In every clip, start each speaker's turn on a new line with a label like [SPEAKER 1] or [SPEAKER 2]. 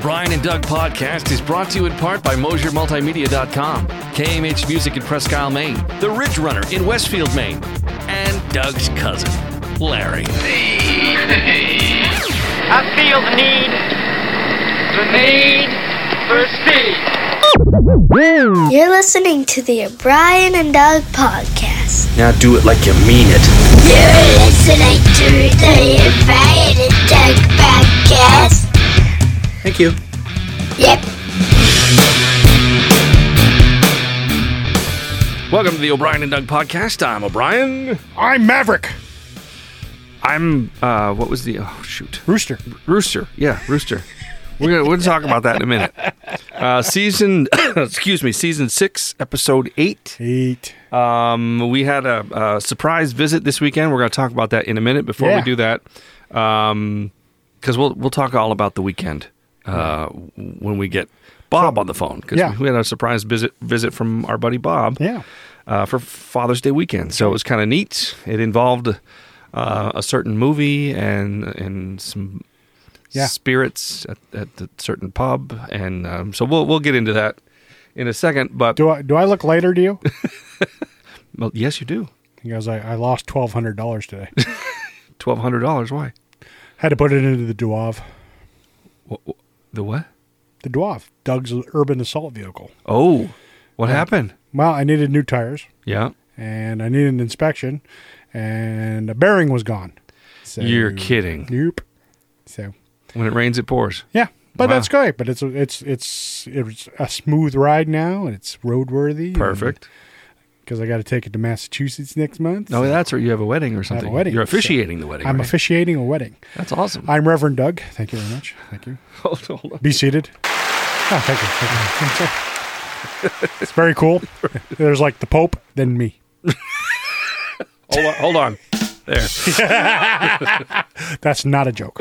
[SPEAKER 1] Brian and Doug podcast is brought to you in part by MosierMultimedia.com, KMH Music in Presque Isle, Maine, The Ridge Runner in Westfield, Maine, and Doug's cousin, Larry.
[SPEAKER 2] I feel the need, the need for speed.
[SPEAKER 3] You're listening to the O'Brien and Doug podcast.
[SPEAKER 1] Now do it like you mean it.
[SPEAKER 3] You're listening to the O'Brien and Doug podcast.
[SPEAKER 1] Thank you.
[SPEAKER 3] Yep.
[SPEAKER 1] Welcome to the O'Brien and Doug podcast. I'm O'Brien.
[SPEAKER 4] I'm Maverick
[SPEAKER 1] I'm, uh, what was the, oh, shoot.
[SPEAKER 4] Rooster.
[SPEAKER 1] Rooster. Yeah, Rooster. We're gonna, we'll talk about that in a minute. Uh, season, excuse me, season six, episode eight.
[SPEAKER 4] Eight.
[SPEAKER 1] Um, we had a, a surprise visit this weekend. We're going to talk about that in a minute. Before we
[SPEAKER 4] Yeah.
[SPEAKER 1] do that, because we'll we'll talk all about the weekend uh, when we get Bob on the phone. Because
[SPEAKER 4] Yeah.
[SPEAKER 1] we had a surprise visit visit from our buddy Bob
[SPEAKER 4] Yeah.
[SPEAKER 1] uh, for Father's Day weekend. So it was kind of neat. It involved uh, a certain movie and and some
[SPEAKER 4] Yeah.
[SPEAKER 1] spirits at, at the certain pub, and um, so we'll we'll get into that in a second. But
[SPEAKER 4] Do I do I look lighter to you?
[SPEAKER 1] well, yes, you do.
[SPEAKER 4] He goes, I, I lost twelve hundred dollars today.
[SPEAKER 1] Twelve hundred dollars. Why?
[SPEAKER 4] Had to put it into the Duave.
[SPEAKER 1] Wh- wh- the what?
[SPEAKER 4] The Duave, Doug's urban assault vehicle.
[SPEAKER 1] Oh, what happened?
[SPEAKER 4] Well, I needed new tires
[SPEAKER 1] Yeah,
[SPEAKER 4] and I needed an inspection and a bearing was gone. So,
[SPEAKER 1] you're kidding.
[SPEAKER 4] Nope. So
[SPEAKER 1] When it rains, it pours.
[SPEAKER 4] yeah. But
[SPEAKER 1] Wow.
[SPEAKER 4] that's great. But it's it's it's it's a smooth ride now, and it's roadworthy.
[SPEAKER 1] Perfect.
[SPEAKER 4] Because I got to take it to Massachusetts next month.
[SPEAKER 1] No, that's right. You have a wedding or
[SPEAKER 4] a
[SPEAKER 1] something.
[SPEAKER 4] wedding,
[SPEAKER 1] You're
[SPEAKER 4] so-
[SPEAKER 1] officiating the wedding.
[SPEAKER 4] I'm
[SPEAKER 1] right?
[SPEAKER 4] officiating a wedding.
[SPEAKER 1] That's awesome.
[SPEAKER 4] I'm Reverend Doug. Thank you very much. Thank you.
[SPEAKER 1] Hold on, hold on.
[SPEAKER 4] Be seated. Oh, thank you. Thank you. it's very cool. There's like the Pope, then me.
[SPEAKER 1] Hold on. Hold on. There.
[SPEAKER 4] That's not a joke.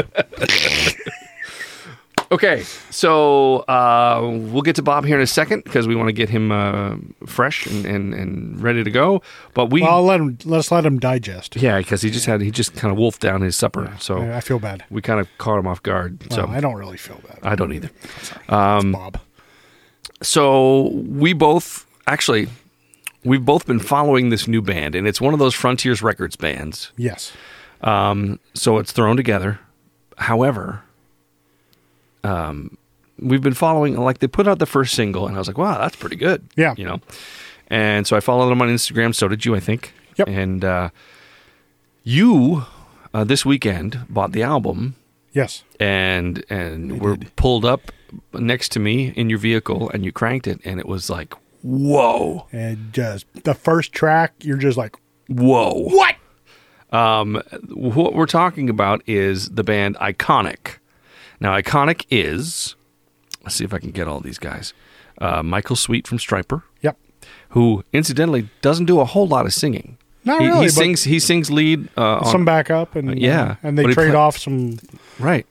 [SPEAKER 1] Okay, so uh, we'll get to Bob here in a second because we want to get him uh, fresh and, and, and ready to go. But we,
[SPEAKER 4] Well, I'll let him. Let's let him digest.
[SPEAKER 1] yeah, because he just had he just kind of wolfed down his supper, so
[SPEAKER 4] I I feel bad.
[SPEAKER 1] we kind of caught him off guard. so um,
[SPEAKER 4] Well, I don't really feel bad.
[SPEAKER 1] I don't either.
[SPEAKER 4] it's Bob.
[SPEAKER 1] so we both actually we've both been following this new band and it's one of those frontiers records bands
[SPEAKER 4] Yes.
[SPEAKER 1] um, so it's thrown together however um, we've been following like they put out the first single and i was like wow that's pretty good
[SPEAKER 4] Yeah.
[SPEAKER 1] you know and so i followed them on instagram so did you i think
[SPEAKER 4] Yep.
[SPEAKER 1] and uh, you uh, this weekend bought the album
[SPEAKER 4] Yes.
[SPEAKER 1] and and were pulled up next to me in your vehicle and you cranked it and it was like whoa
[SPEAKER 4] And just the first track, you're just like,
[SPEAKER 1] whoa what um what we're talking about is the band iconic now iconic is let's see if i can get all these guys uh, michael sweet from striper
[SPEAKER 4] yep.
[SPEAKER 1] who incidentally doesn't do a whole lot of singing
[SPEAKER 4] Not
[SPEAKER 1] he,
[SPEAKER 4] really,
[SPEAKER 1] he
[SPEAKER 4] but-
[SPEAKER 1] sings he sings lead uh, on,
[SPEAKER 4] Some back up and uh,
[SPEAKER 1] yeah.
[SPEAKER 4] and they
[SPEAKER 1] But he
[SPEAKER 4] trade
[SPEAKER 1] play-
[SPEAKER 4] off some.
[SPEAKER 1] right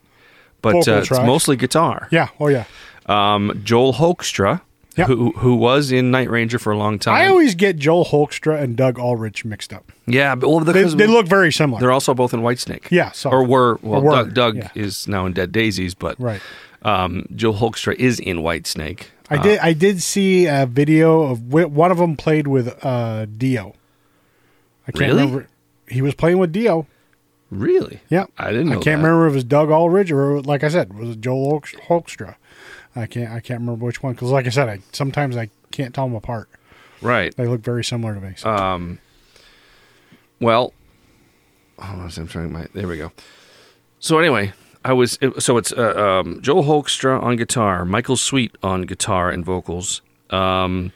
[SPEAKER 1] but
[SPEAKER 4] vocal
[SPEAKER 1] uh, it's
[SPEAKER 4] tracks.
[SPEAKER 1] mostly guitar
[SPEAKER 4] Yeah. Oh yeah.
[SPEAKER 1] um, Joel Hoekstra,
[SPEAKER 4] Yep.
[SPEAKER 1] who who was in Night Ranger for a long time.
[SPEAKER 4] I always get Joel Holstra and Doug Ulrich mixed up.
[SPEAKER 1] yeah, but, well,
[SPEAKER 4] They,
[SPEAKER 1] because
[SPEAKER 4] they look very similar.
[SPEAKER 1] They're also both in Whitesnake.
[SPEAKER 4] Yeah, so-
[SPEAKER 1] or were well.
[SPEAKER 4] or were,
[SPEAKER 1] Doug, Doug
[SPEAKER 4] yeah.
[SPEAKER 1] is now in Dead Daisies, but
[SPEAKER 4] Right.
[SPEAKER 1] Um, Joel Hoekstra is in Whitesnake. Uh,
[SPEAKER 4] I did. I did see a video of wh- one of them played with uh, Dio. I can't
[SPEAKER 1] Really?
[SPEAKER 4] remember. He was playing with Dio.
[SPEAKER 1] Really?
[SPEAKER 4] Yeah,
[SPEAKER 1] I didn't. Know
[SPEAKER 4] I can't
[SPEAKER 1] that.
[SPEAKER 4] remember if it was Doug Aldridge or, like I said, was it Joel Holkst- Holkstra. I can't. I can't remember which one because, like I said, I sometimes I can't tell them apart.
[SPEAKER 1] Right.
[SPEAKER 4] They look very similar to me. So.
[SPEAKER 1] Uh, Well, hold on, a second, I'm trying my. There we go. So anyway, I was it, so it's uh, um, Joel Hoekstra on guitar, Michael Sweet on guitar and vocals. Um,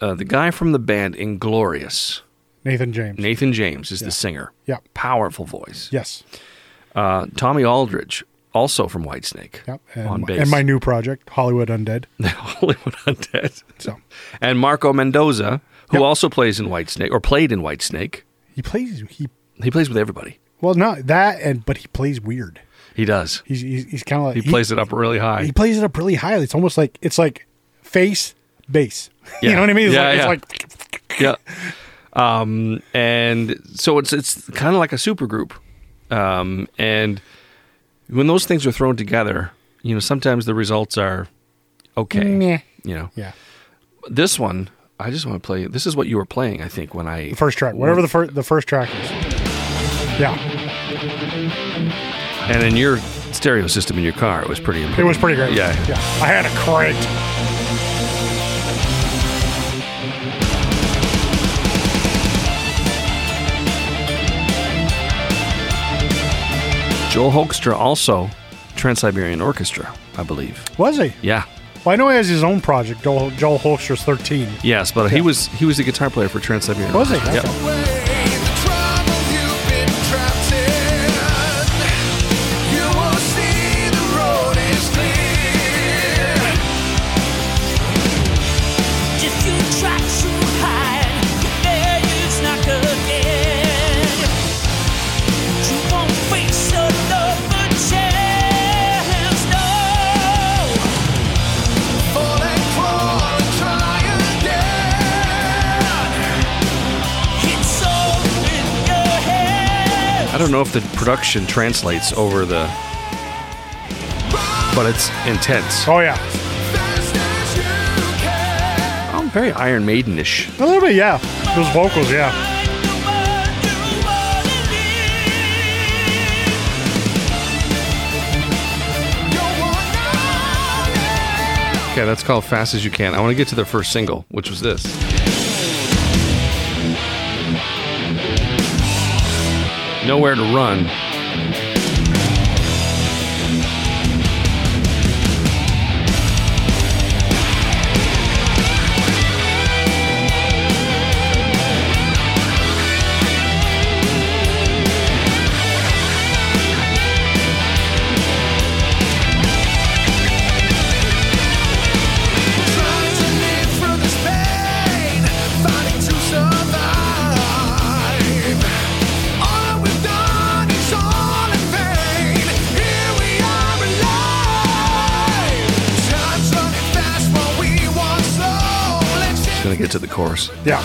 [SPEAKER 1] uh, the guy from the band Inglorious,
[SPEAKER 4] Nathan James.
[SPEAKER 1] Nathan James, is the singer.
[SPEAKER 4] Yep.
[SPEAKER 1] powerful voice.
[SPEAKER 4] yes.
[SPEAKER 1] Uh, Tommy Aldridge, also from Whitesnake,
[SPEAKER 4] Yep. And,
[SPEAKER 1] on
[SPEAKER 4] my-
[SPEAKER 1] bass.
[SPEAKER 4] and my new project, Hollywood Undead.
[SPEAKER 1] Hollywood Undead,
[SPEAKER 4] So
[SPEAKER 1] and Marco Mendoza, who
[SPEAKER 4] Yep.
[SPEAKER 1] also plays in Whitesnake or played in Whitesnake.
[SPEAKER 4] he plays. He
[SPEAKER 1] He plays with everybody.
[SPEAKER 4] well, not that, and but he plays weird.
[SPEAKER 1] He does.
[SPEAKER 4] He's he's, he's kind of like
[SPEAKER 1] He, plays it up really high.
[SPEAKER 4] he plays it up really high. It's almost like it's like face bass.
[SPEAKER 1] Yeah.
[SPEAKER 4] you know what I mean? It's,
[SPEAKER 1] Yeah,
[SPEAKER 4] like,
[SPEAKER 1] yeah.
[SPEAKER 4] it's like
[SPEAKER 1] yeah. Um, and so it's it's kind of like a supergroup. Um, and when those things are thrown together, you know, sometimes the results are okay.
[SPEAKER 4] Meh.
[SPEAKER 1] You know,
[SPEAKER 4] Yeah.
[SPEAKER 1] this one, I just want to play. This is what you were playing, I think, when I
[SPEAKER 4] The first track, whatever the first the first track is. Yeah,
[SPEAKER 1] and in your stereo system in your car, it was pretty.
[SPEAKER 4] it was pretty great.
[SPEAKER 1] Yeah.
[SPEAKER 4] yeah. I had a cranked.
[SPEAKER 1] Joel Hoekstra also Trans Siberian Orchestra, I believe.
[SPEAKER 4] Was he?
[SPEAKER 1] Yeah.
[SPEAKER 4] Well, I know he has his own project, Joel, Joel Holster's 13.
[SPEAKER 1] Yes, but he was he was the guitar player for Trans Siberian.
[SPEAKER 4] Was he?
[SPEAKER 1] Orchestra. Yep.
[SPEAKER 5] If you try to hide, there you's not again. You won't face another chance, no. It's all in your head.
[SPEAKER 1] I don't know if the production translates over the, but it's intense.
[SPEAKER 4] Oh, yeah.
[SPEAKER 1] Oh, very Iron Maidenish.
[SPEAKER 4] A little bit, yeah. Those vocals, yeah.
[SPEAKER 5] Find the world you wanna live.
[SPEAKER 1] Okay, that's called Fast as You Can. I want to get to their first single, which was this. Nowhere to Run. Gonna get to the chorus.
[SPEAKER 4] Yeah.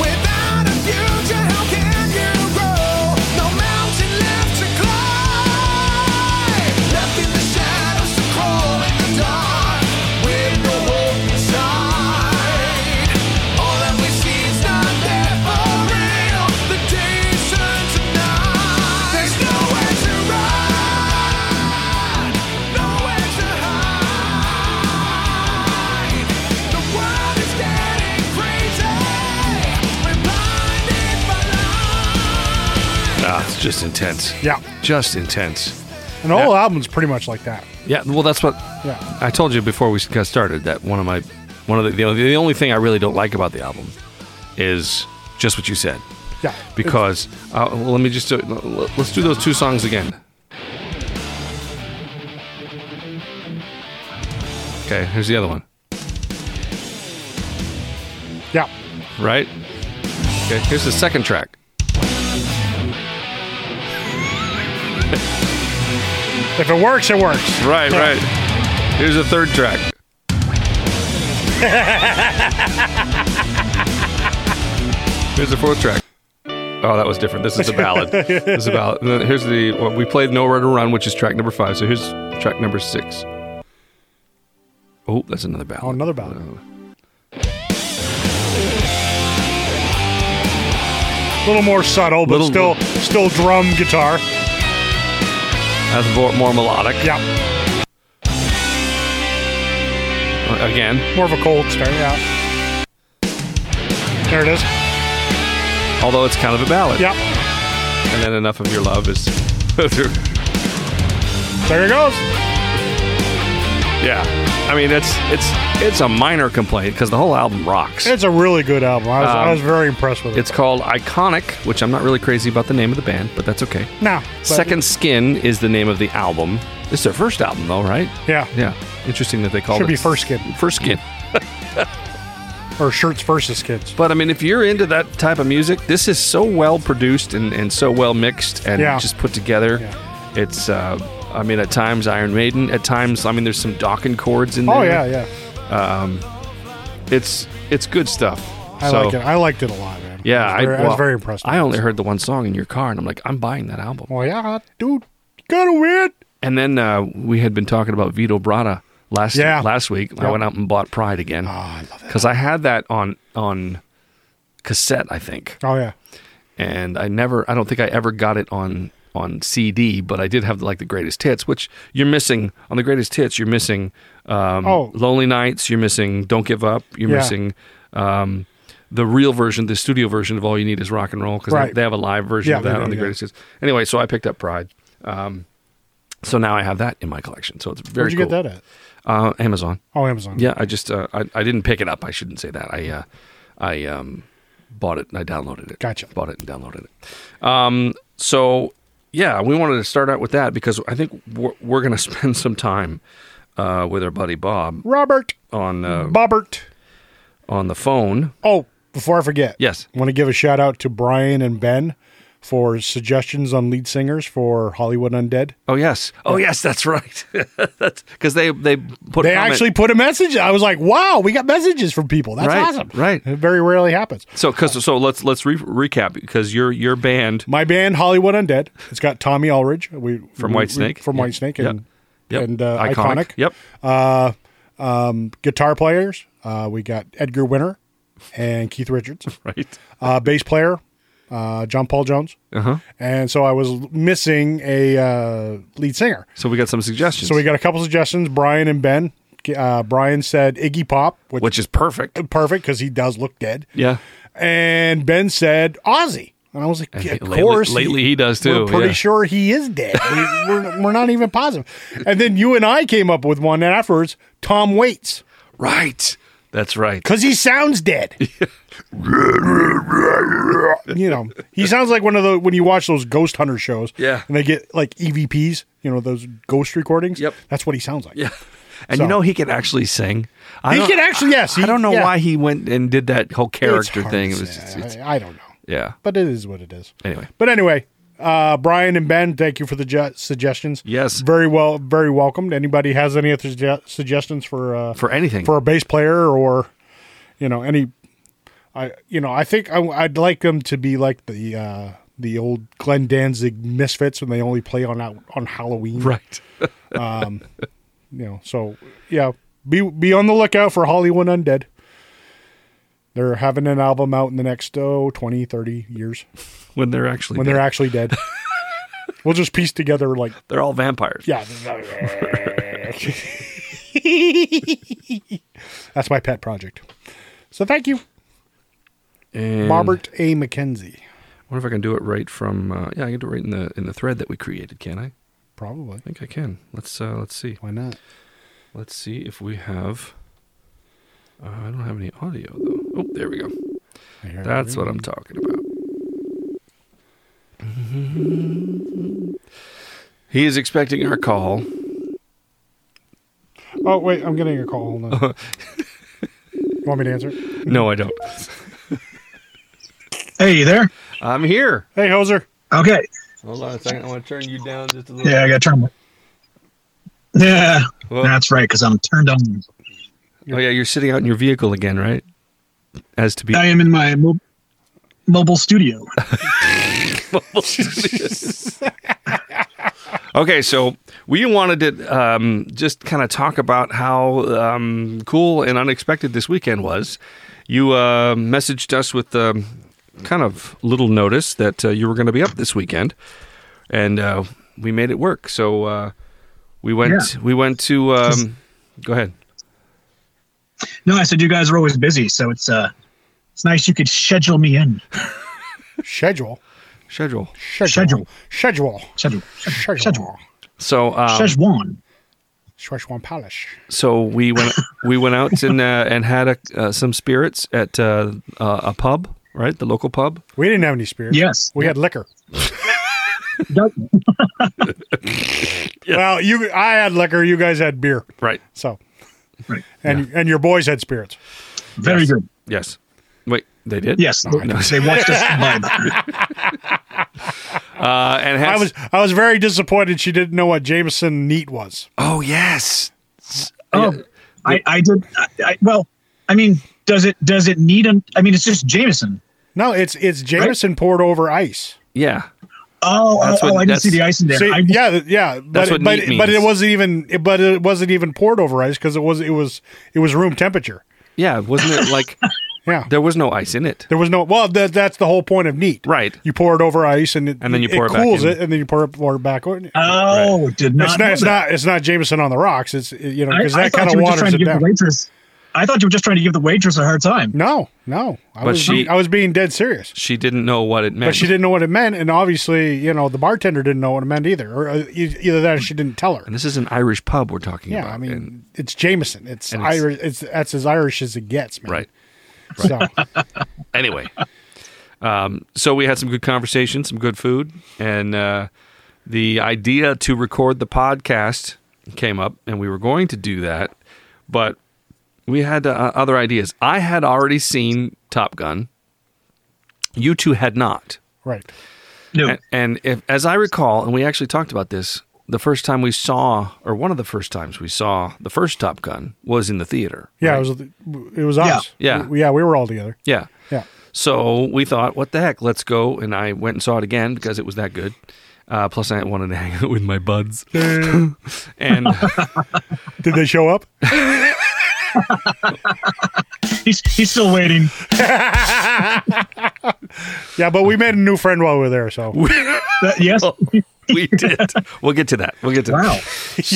[SPEAKER 6] Without a future, how can you grow? No mountain left to climb. Left in the shadows to crawl in the dark, with no hope inside. All that we see is not there for real. The days turn to night. There's nowhere to run, nowhere to hide. The world is getting crazy. We're blinded by lies.
[SPEAKER 1] Ah, it's just intense.
[SPEAKER 4] Yeah.
[SPEAKER 1] Just intense.
[SPEAKER 4] And the whole album's pretty much like that.
[SPEAKER 1] Yeah, well, that's what
[SPEAKER 4] Yeah.
[SPEAKER 1] I told you before we got started that one of my one of the the only, the only thing I really don't like about the album is just what you said
[SPEAKER 4] Yeah.
[SPEAKER 1] because uh, well, let me just do, let's do those two songs again. Okay, here's the other one.
[SPEAKER 4] Yeah.
[SPEAKER 1] Right? Okay, here's the second track.
[SPEAKER 4] If it works, it works.
[SPEAKER 1] Right, right. Here's the third track. Here's the fourth track. Oh, that was different. This is a ballad. this is a ballad. And then here's the well, we played "Nowhere to Run," which is track number five. So here's track number six. Oh, that's another ballad. Uh,
[SPEAKER 4] Oh, another ballad. A little more subtle, but
[SPEAKER 1] Little-
[SPEAKER 4] still still drum guitar.
[SPEAKER 1] That's more, more melodic.
[SPEAKER 4] Yeah.
[SPEAKER 1] uh, Again,
[SPEAKER 4] More of a cold start. Yeah. There it is.
[SPEAKER 1] although it's kind of a ballad.
[SPEAKER 4] Yeah.
[SPEAKER 1] And then enough of your love is.
[SPEAKER 4] There it goes.
[SPEAKER 1] yeah. I mean, it's it's it's a minor complaint because the whole album rocks.
[SPEAKER 4] It's a really good album. I was, I
[SPEAKER 1] Um,
[SPEAKER 4] was very impressed with it.
[SPEAKER 1] It's called Iconic, which I'm not really crazy about the name of the band, but that's okay.
[SPEAKER 4] nah. but-
[SPEAKER 1] Second Skin is the name of the album. It's their first album, though, right?
[SPEAKER 4] Yeah.
[SPEAKER 1] Yeah. Interesting that they called
[SPEAKER 4] Should
[SPEAKER 1] it
[SPEAKER 4] be First Skin.
[SPEAKER 1] First Skin.
[SPEAKER 4] Or Shirts versus Kids.
[SPEAKER 1] But I mean, if you're into that type of music, this is so well produced and, and so well mixed and
[SPEAKER 4] Yeah.
[SPEAKER 1] just put together.
[SPEAKER 4] Yeah.
[SPEAKER 1] It's, uh, I mean, at times Iron Maiden, at times, I mean, there's some Dawkins chords in there.
[SPEAKER 4] Oh yeah, yeah.
[SPEAKER 1] It's it's good stuff.
[SPEAKER 4] I
[SPEAKER 1] so,
[SPEAKER 4] like it. I liked it a lot, man.
[SPEAKER 1] Yeah,
[SPEAKER 4] I was very, I was
[SPEAKER 1] well,
[SPEAKER 4] very impressed. with
[SPEAKER 1] I
[SPEAKER 4] it.
[SPEAKER 1] only heard the one song in your car, and I'm like, I'm buying that album.
[SPEAKER 4] Well, yeah, dude, gotta win.
[SPEAKER 1] And then uh, we had been talking about Vito Bratta last
[SPEAKER 4] Yeah.
[SPEAKER 1] last week. I
[SPEAKER 4] Yep. Ah,
[SPEAKER 1] went out and bought Pride again because I had that on on cassette, I think,
[SPEAKER 4] Oh yeah.
[SPEAKER 1] and I never. I don't think I ever got it on on CD, but I did have like the greatest hits, which you're missing on the greatest hits. You're missing um,
[SPEAKER 4] Oh.
[SPEAKER 1] Lonely Nights. You're missing Don't Give Up. You're
[SPEAKER 4] Yeah.
[SPEAKER 1] missing. Um, the real version, the studio version of All You Need Is Rock and Roll, because
[SPEAKER 4] Right.
[SPEAKER 1] they have a live version
[SPEAKER 4] Yeah,
[SPEAKER 1] of
[SPEAKER 4] they
[SPEAKER 1] that
[SPEAKER 4] do,
[SPEAKER 1] on the
[SPEAKER 4] yeah.
[SPEAKER 1] greatest hits. Anyway, so I picked up Pride. um, So now I have that in my collection. So it's very
[SPEAKER 4] Where'd you
[SPEAKER 1] cool.
[SPEAKER 4] get that at?
[SPEAKER 1] Uh, Amazon.
[SPEAKER 4] Oh, Amazon.
[SPEAKER 1] Yeah, I just uh, I, I didn't pick it up. I shouldn't say that. I uh, I um, bought it and I downloaded it.
[SPEAKER 4] Gotcha.
[SPEAKER 1] Bought it and downloaded it. Um, so yeah, we wanted to start out with that because I think we're, we're going to spend some time uh, with our buddy Bob
[SPEAKER 4] Robert.
[SPEAKER 1] on uh,
[SPEAKER 4] Bobbert.
[SPEAKER 1] on the phone.
[SPEAKER 4] Oh, before I forget.
[SPEAKER 1] Yes.
[SPEAKER 4] want to give a shout out to Brian and Ben for suggestions on lead singers for Hollywood Undead.
[SPEAKER 1] Oh yes. Oh yes, that's right. that's because they they put
[SPEAKER 4] They
[SPEAKER 1] a comment-
[SPEAKER 4] actually put a message. I was like, wow, we got messages from people. That's
[SPEAKER 1] Right,
[SPEAKER 4] awesome.
[SPEAKER 1] right.
[SPEAKER 4] It very rarely happens.
[SPEAKER 1] so because so let's let's re- recap because your your band
[SPEAKER 4] My band, Hollywood Undead, it's got Tommy Ulrich we,
[SPEAKER 1] From
[SPEAKER 4] we-
[SPEAKER 1] Whitesnake.
[SPEAKER 4] we- From
[SPEAKER 1] Yeah.
[SPEAKER 4] Whitesnake
[SPEAKER 1] Yeah.
[SPEAKER 4] and,
[SPEAKER 1] Yep.
[SPEAKER 4] and uh, Iconic.
[SPEAKER 1] Yep.
[SPEAKER 4] Guitar players, uh, we got Edgar Winter and Keith Richards.
[SPEAKER 1] Right.
[SPEAKER 4] uh, bass player, uh, John Paul Jones.
[SPEAKER 1] Uh-huh.
[SPEAKER 4] And so I was l- missing a uh, lead singer.
[SPEAKER 1] So we got some suggestions.
[SPEAKER 4] So we got a couple suggestions, Brian and Ben. Uh, Brian said Iggy Pop, which,
[SPEAKER 1] which is perfect.
[SPEAKER 4] perfect because he does look dead.
[SPEAKER 1] Yeah.
[SPEAKER 4] And Ben said Ozzy. And I was like,
[SPEAKER 1] he-
[SPEAKER 4] of
[SPEAKER 1] lately-
[SPEAKER 4] course.
[SPEAKER 1] lately he does too,
[SPEAKER 4] We're pretty
[SPEAKER 1] yeah.
[SPEAKER 4] sure he is dead. we, we're, we're not even positive. And then you and I came up with one afterwards, Tom Waits,
[SPEAKER 1] Right. That's right.
[SPEAKER 4] because he sounds dead. you know, he sounds like one of the when you watch those ghost hunter shows.
[SPEAKER 1] Yeah.
[SPEAKER 4] and they get like EVPs, you know, those ghost recordings.
[SPEAKER 1] Yep.
[SPEAKER 4] that's what he sounds like.
[SPEAKER 1] Yeah. And
[SPEAKER 4] So-
[SPEAKER 1] you know he can actually sing. I
[SPEAKER 4] He
[SPEAKER 1] don't-
[SPEAKER 4] can actually- yes,
[SPEAKER 1] I
[SPEAKER 4] he-
[SPEAKER 1] don't know
[SPEAKER 4] yeah.
[SPEAKER 1] why he went and did that whole
[SPEAKER 4] It's
[SPEAKER 1] character
[SPEAKER 4] hard
[SPEAKER 1] thing.
[SPEAKER 4] to
[SPEAKER 1] It was
[SPEAKER 4] say.
[SPEAKER 1] just, it's,
[SPEAKER 4] I, I don't know,
[SPEAKER 1] yeah.
[SPEAKER 4] but it is what it is.
[SPEAKER 1] Anyway.
[SPEAKER 4] but anyway. Uh, Brian and Ben, thank you for the ju- suggestions.
[SPEAKER 1] Yes.
[SPEAKER 4] very well, very welcomed. Anybody has any other suge- suggestions for uh,
[SPEAKER 1] For anything.
[SPEAKER 4] for a bass player or you know any i you know i think I, would like them to be like the uh the old glenn danzig misfits when they only play on out on halloween
[SPEAKER 1] right.
[SPEAKER 4] you know so yeah be be on the lookout for hollywood undead they're having an album out in the next oh 20 30 years
[SPEAKER 1] When they're actually
[SPEAKER 4] when
[SPEAKER 1] dead.
[SPEAKER 4] they're actually dead we'll just piece together like
[SPEAKER 1] They're all vampires.
[SPEAKER 4] yeah that's my pet project so thank you
[SPEAKER 1] And
[SPEAKER 4] Robert A. McKenzie.
[SPEAKER 1] I wonder if I can do it right from uh, yeah, I can do it right in the in the thread that we created, can I? I
[SPEAKER 4] Probably.
[SPEAKER 1] think I can. Let's uh let's see.
[SPEAKER 4] Why not?
[SPEAKER 1] Let's see if we have uh, I don't have any audio though. Oh, there we go. That's what I'm talking about. He is expecting our call.
[SPEAKER 4] Oh, wait. I'm getting a call. Hold on. you want me to answer?
[SPEAKER 1] No, I don't.
[SPEAKER 7] Hey, you there?
[SPEAKER 1] I'm here.
[SPEAKER 4] Hey, Hoser.
[SPEAKER 7] Okay.
[SPEAKER 1] Hold on a second. I want to turn you down just a little.
[SPEAKER 7] Yeah, I got to turn. my- Yeah,
[SPEAKER 1] Well-
[SPEAKER 7] that's right, because I'm turned on.
[SPEAKER 1] Oh yeah, you're sitting out in your vehicle again, right? As to be
[SPEAKER 7] I am in my mo- mobile studio.
[SPEAKER 1] okay. So we wanted to um, just kind of talk about how um, cool and unexpected this weekend was. You uh, messaged us with um, kind of little notice that uh, you were going to be up this weekend, and uh, we made it work. So uh, we went. We went to. Um, go ahead.
[SPEAKER 7] No, I said you guys are always busy, so it's uh, it's nice you could schedule me in.
[SPEAKER 4] Schedule.
[SPEAKER 1] Schedule.
[SPEAKER 4] Schedule. Schedule.
[SPEAKER 7] Schedule,
[SPEAKER 4] Schedule.
[SPEAKER 7] schedule,
[SPEAKER 4] Schedule.
[SPEAKER 7] schedule,
[SPEAKER 1] So um,
[SPEAKER 7] schedule.
[SPEAKER 4] Schedule. Palace.
[SPEAKER 1] so we went we went out and uh, and had a, uh, some spirits at uh, uh, a pub, right? The local pub.
[SPEAKER 4] We didn't have any spirit.
[SPEAKER 7] Yes.
[SPEAKER 4] We had liquor.
[SPEAKER 7] That-
[SPEAKER 4] Well, you, I had liquor. You guys had beer.
[SPEAKER 1] Right.
[SPEAKER 4] So,
[SPEAKER 7] Right.
[SPEAKER 4] and and your boys had spirits.
[SPEAKER 7] Very good.
[SPEAKER 1] Yes. Wait, they did.
[SPEAKER 7] Yes,
[SPEAKER 1] No, I know.
[SPEAKER 7] they watched us. imbibe.
[SPEAKER 1] Uh, and had,
[SPEAKER 4] I was I was very disappointed she didn't know what Jameson neat was.
[SPEAKER 1] Oh yes.
[SPEAKER 7] Oh, I, I did. I, I, well, I mean, does it does it need an? I mean, it's just Jameson.
[SPEAKER 4] No, it's it's Jameson poured over ice.
[SPEAKER 1] Yeah.
[SPEAKER 8] Oh,
[SPEAKER 1] That's
[SPEAKER 8] oh,
[SPEAKER 1] what-
[SPEAKER 8] oh, I didn't
[SPEAKER 1] that's-
[SPEAKER 8] see the ice in there.
[SPEAKER 4] See,
[SPEAKER 8] I,
[SPEAKER 4] yeah, yeah, but
[SPEAKER 1] That's what
[SPEAKER 4] but,
[SPEAKER 1] neat
[SPEAKER 4] but it
[SPEAKER 1] means.
[SPEAKER 4] wasn't even but it wasn't even poured over ice because it was it was it was room temperature.
[SPEAKER 1] Yeah, wasn't it like
[SPEAKER 4] Yeah,
[SPEAKER 1] there was no ice in it?
[SPEAKER 4] there was no well. That, that's the whole point of neat,
[SPEAKER 1] Right.
[SPEAKER 4] You pour it over ice and it,
[SPEAKER 1] And then you
[SPEAKER 4] it,
[SPEAKER 1] pour it back
[SPEAKER 4] cools
[SPEAKER 1] in.
[SPEAKER 4] it and then you pour it pour it back. on.
[SPEAKER 8] Oh, did not.
[SPEAKER 4] it's
[SPEAKER 8] know
[SPEAKER 4] not it's
[SPEAKER 8] that.
[SPEAKER 4] not it's not Jameson on the rocks. It's you know
[SPEAKER 8] I,
[SPEAKER 4] because
[SPEAKER 8] I
[SPEAKER 4] that
[SPEAKER 8] thought
[SPEAKER 4] kind of
[SPEAKER 8] you were just
[SPEAKER 4] waters
[SPEAKER 8] trying to
[SPEAKER 4] it
[SPEAKER 8] give the
[SPEAKER 4] down.
[SPEAKER 8] waitress. I thought you were just trying to give the waitress a hard time.
[SPEAKER 4] No, no, I
[SPEAKER 1] But
[SPEAKER 4] was
[SPEAKER 1] she-
[SPEAKER 4] I was being dead serious.
[SPEAKER 1] She didn't know what it meant.
[SPEAKER 4] But she didn't know what it meant, and obviously, you know, the bartender didn't know what it meant either, or uh, e- either that, or she didn't tell her.
[SPEAKER 1] And this is an Irish pub we're talking
[SPEAKER 4] Yeah,
[SPEAKER 1] about.
[SPEAKER 4] I mean,
[SPEAKER 1] and-
[SPEAKER 4] it's Jameson. It's
[SPEAKER 1] and it's-
[SPEAKER 4] Irish. It's that's as Irish as it gets, man.
[SPEAKER 1] right.
[SPEAKER 4] So
[SPEAKER 1] Anyway, um, so we had some good conversation, some good food, and uh, the idea to record the podcast came up, and we were going to do that, but we had uh, other ideas. I had already seen Top Gun. You two had not.
[SPEAKER 4] right.
[SPEAKER 8] No,
[SPEAKER 1] And, and if, as I recall, and we actually talked about this, the first time we saw, or one of the first times we saw the first Top Gun was in the theater.
[SPEAKER 4] Yeah,
[SPEAKER 1] right?
[SPEAKER 4] it was it was us.
[SPEAKER 1] Yeah.
[SPEAKER 4] We- yeah, we were all together.
[SPEAKER 1] yeah.
[SPEAKER 4] Yeah,
[SPEAKER 1] So we thought, what the heck, let's go. And I went and saw it again because it was that good. Uh, plus, I wanted to hang out with my buds. and
[SPEAKER 4] did they show up?
[SPEAKER 8] he's he's still waiting.
[SPEAKER 4] Yeah, but we made a new friend while we were there. So
[SPEAKER 8] That- Uh, yes.
[SPEAKER 1] we did. We'll get to that. We'll get to
[SPEAKER 8] Wow.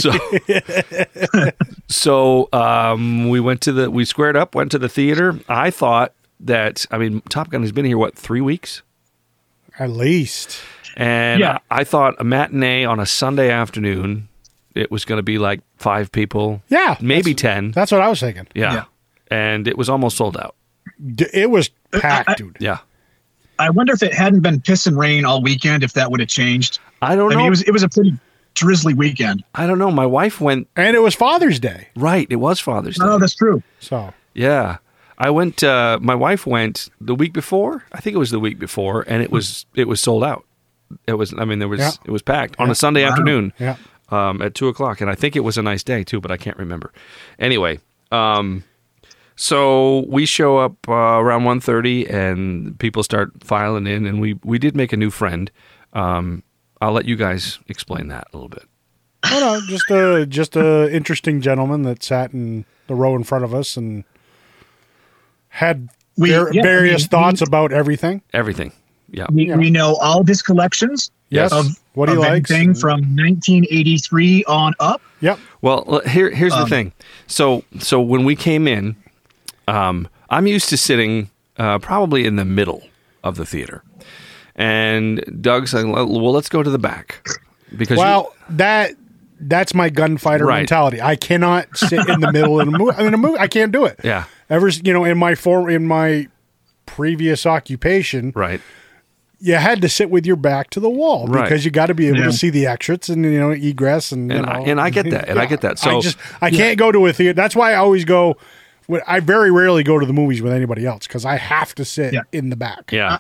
[SPEAKER 1] that. So, so um, we went to the, we squared up, went to the theater. I thought that, I mean, Top Gun has been here, what, three weeks?
[SPEAKER 4] at least
[SPEAKER 1] And
[SPEAKER 8] Yeah.
[SPEAKER 1] I thought a matinee on a Sunday afternoon, it was going to be like five people.
[SPEAKER 4] Yeah,
[SPEAKER 1] Maybe 10.
[SPEAKER 4] that's what I was thinking.
[SPEAKER 1] yeah.
[SPEAKER 8] Yeah.
[SPEAKER 1] And it was almost sold out.
[SPEAKER 4] D- it was packed, dude.
[SPEAKER 1] Yeah.
[SPEAKER 8] I wonder if it hadn't been piss and rain all weekend, if that would have changed.
[SPEAKER 1] I don't
[SPEAKER 8] I
[SPEAKER 1] know.
[SPEAKER 8] mean, it was it was a pretty drizzly weekend.
[SPEAKER 1] I don't know. My wife went
[SPEAKER 4] And it was Father's Day,
[SPEAKER 1] right. It was Father's Day.
[SPEAKER 8] Oh, that's true.
[SPEAKER 4] so
[SPEAKER 1] yeah. I went uh my wife went the week before. I think it was the week before and it was it was sold out. It was I mean there was
[SPEAKER 4] Hmm. Yeah.
[SPEAKER 1] it was packed on a Sunday afternoon.
[SPEAKER 4] yeah.
[SPEAKER 1] um, at two o'clock, and I think it was a nice day too, but I can't remember. Anyway, um, so we show up uh, around one thirty, and people start filing in, and we we did make a new friend. Um, I'll let you guys explain that a little bit.
[SPEAKER 4] No, no, just a just a interesting gentleman that sat in the row in front of us and had
[SPEAKER 8] We-
[SPEAKER 4] var-
[SPEAKER 8] yeah,
[SPEAKER 4] various
[SPEAKER 8] we-
[SPEAKER 4] thoughts about everything.
[SPEAKER 1] Everything, yeah,
[SPEAKER 8] We,
[SPEAKER 4] Yeah.
[SPEAKER 8] we know all of his collections.
[SPEAKER 1] Yes.
[SPEAKER 8] Of,
[SPEAKER 4] What he
[SPEAKER 8] of
[SPEAKER 4] likes.
[SPEAKER 8] Anything from 1983 on up.
[SPEAKER 4] Yep.
[SPEAKER 1] Well, l- here here's the thing. So so when we came in, um, I'm used to sitting uh, probably in the middle of the theater, and Doug's like, "Well, let's go to the back." Because you-
[SPEAKER 4] Well, that that's my gunfighter
[SPEAKER 1] Right.
[SPEAKER 4] mentality. I cannot sit in the middle in a movie. In a movie, I can't do it.
[SPEAKER 1] Yeah.
[SPEAKER 4] Ever s- you know, in my form, in my previous occupation,
[SPEAKER 1] right,
[SPEAKER 4] you had to sit with your back to the wall
[SPEAKER 1] Right.
[SPEAKER 4] because you got to be able
[SPEAKER 8] Yeah.
[SPEAKER 4] to see the exits and you know egress and you
[SPEAKER 1] And I-
[SPEAKER 4] know.
[SPEAKER 1] and I get that, and I get that. So-
[SPEAKER 4] I just I can't go to a theater. That's why I always go. when- I very rarely go to the movies with anybody else because I have to sit
[SPEAKER 8] Yeah.
[SPEAKER 4] in the back.
[SPEAKER 1] yeah.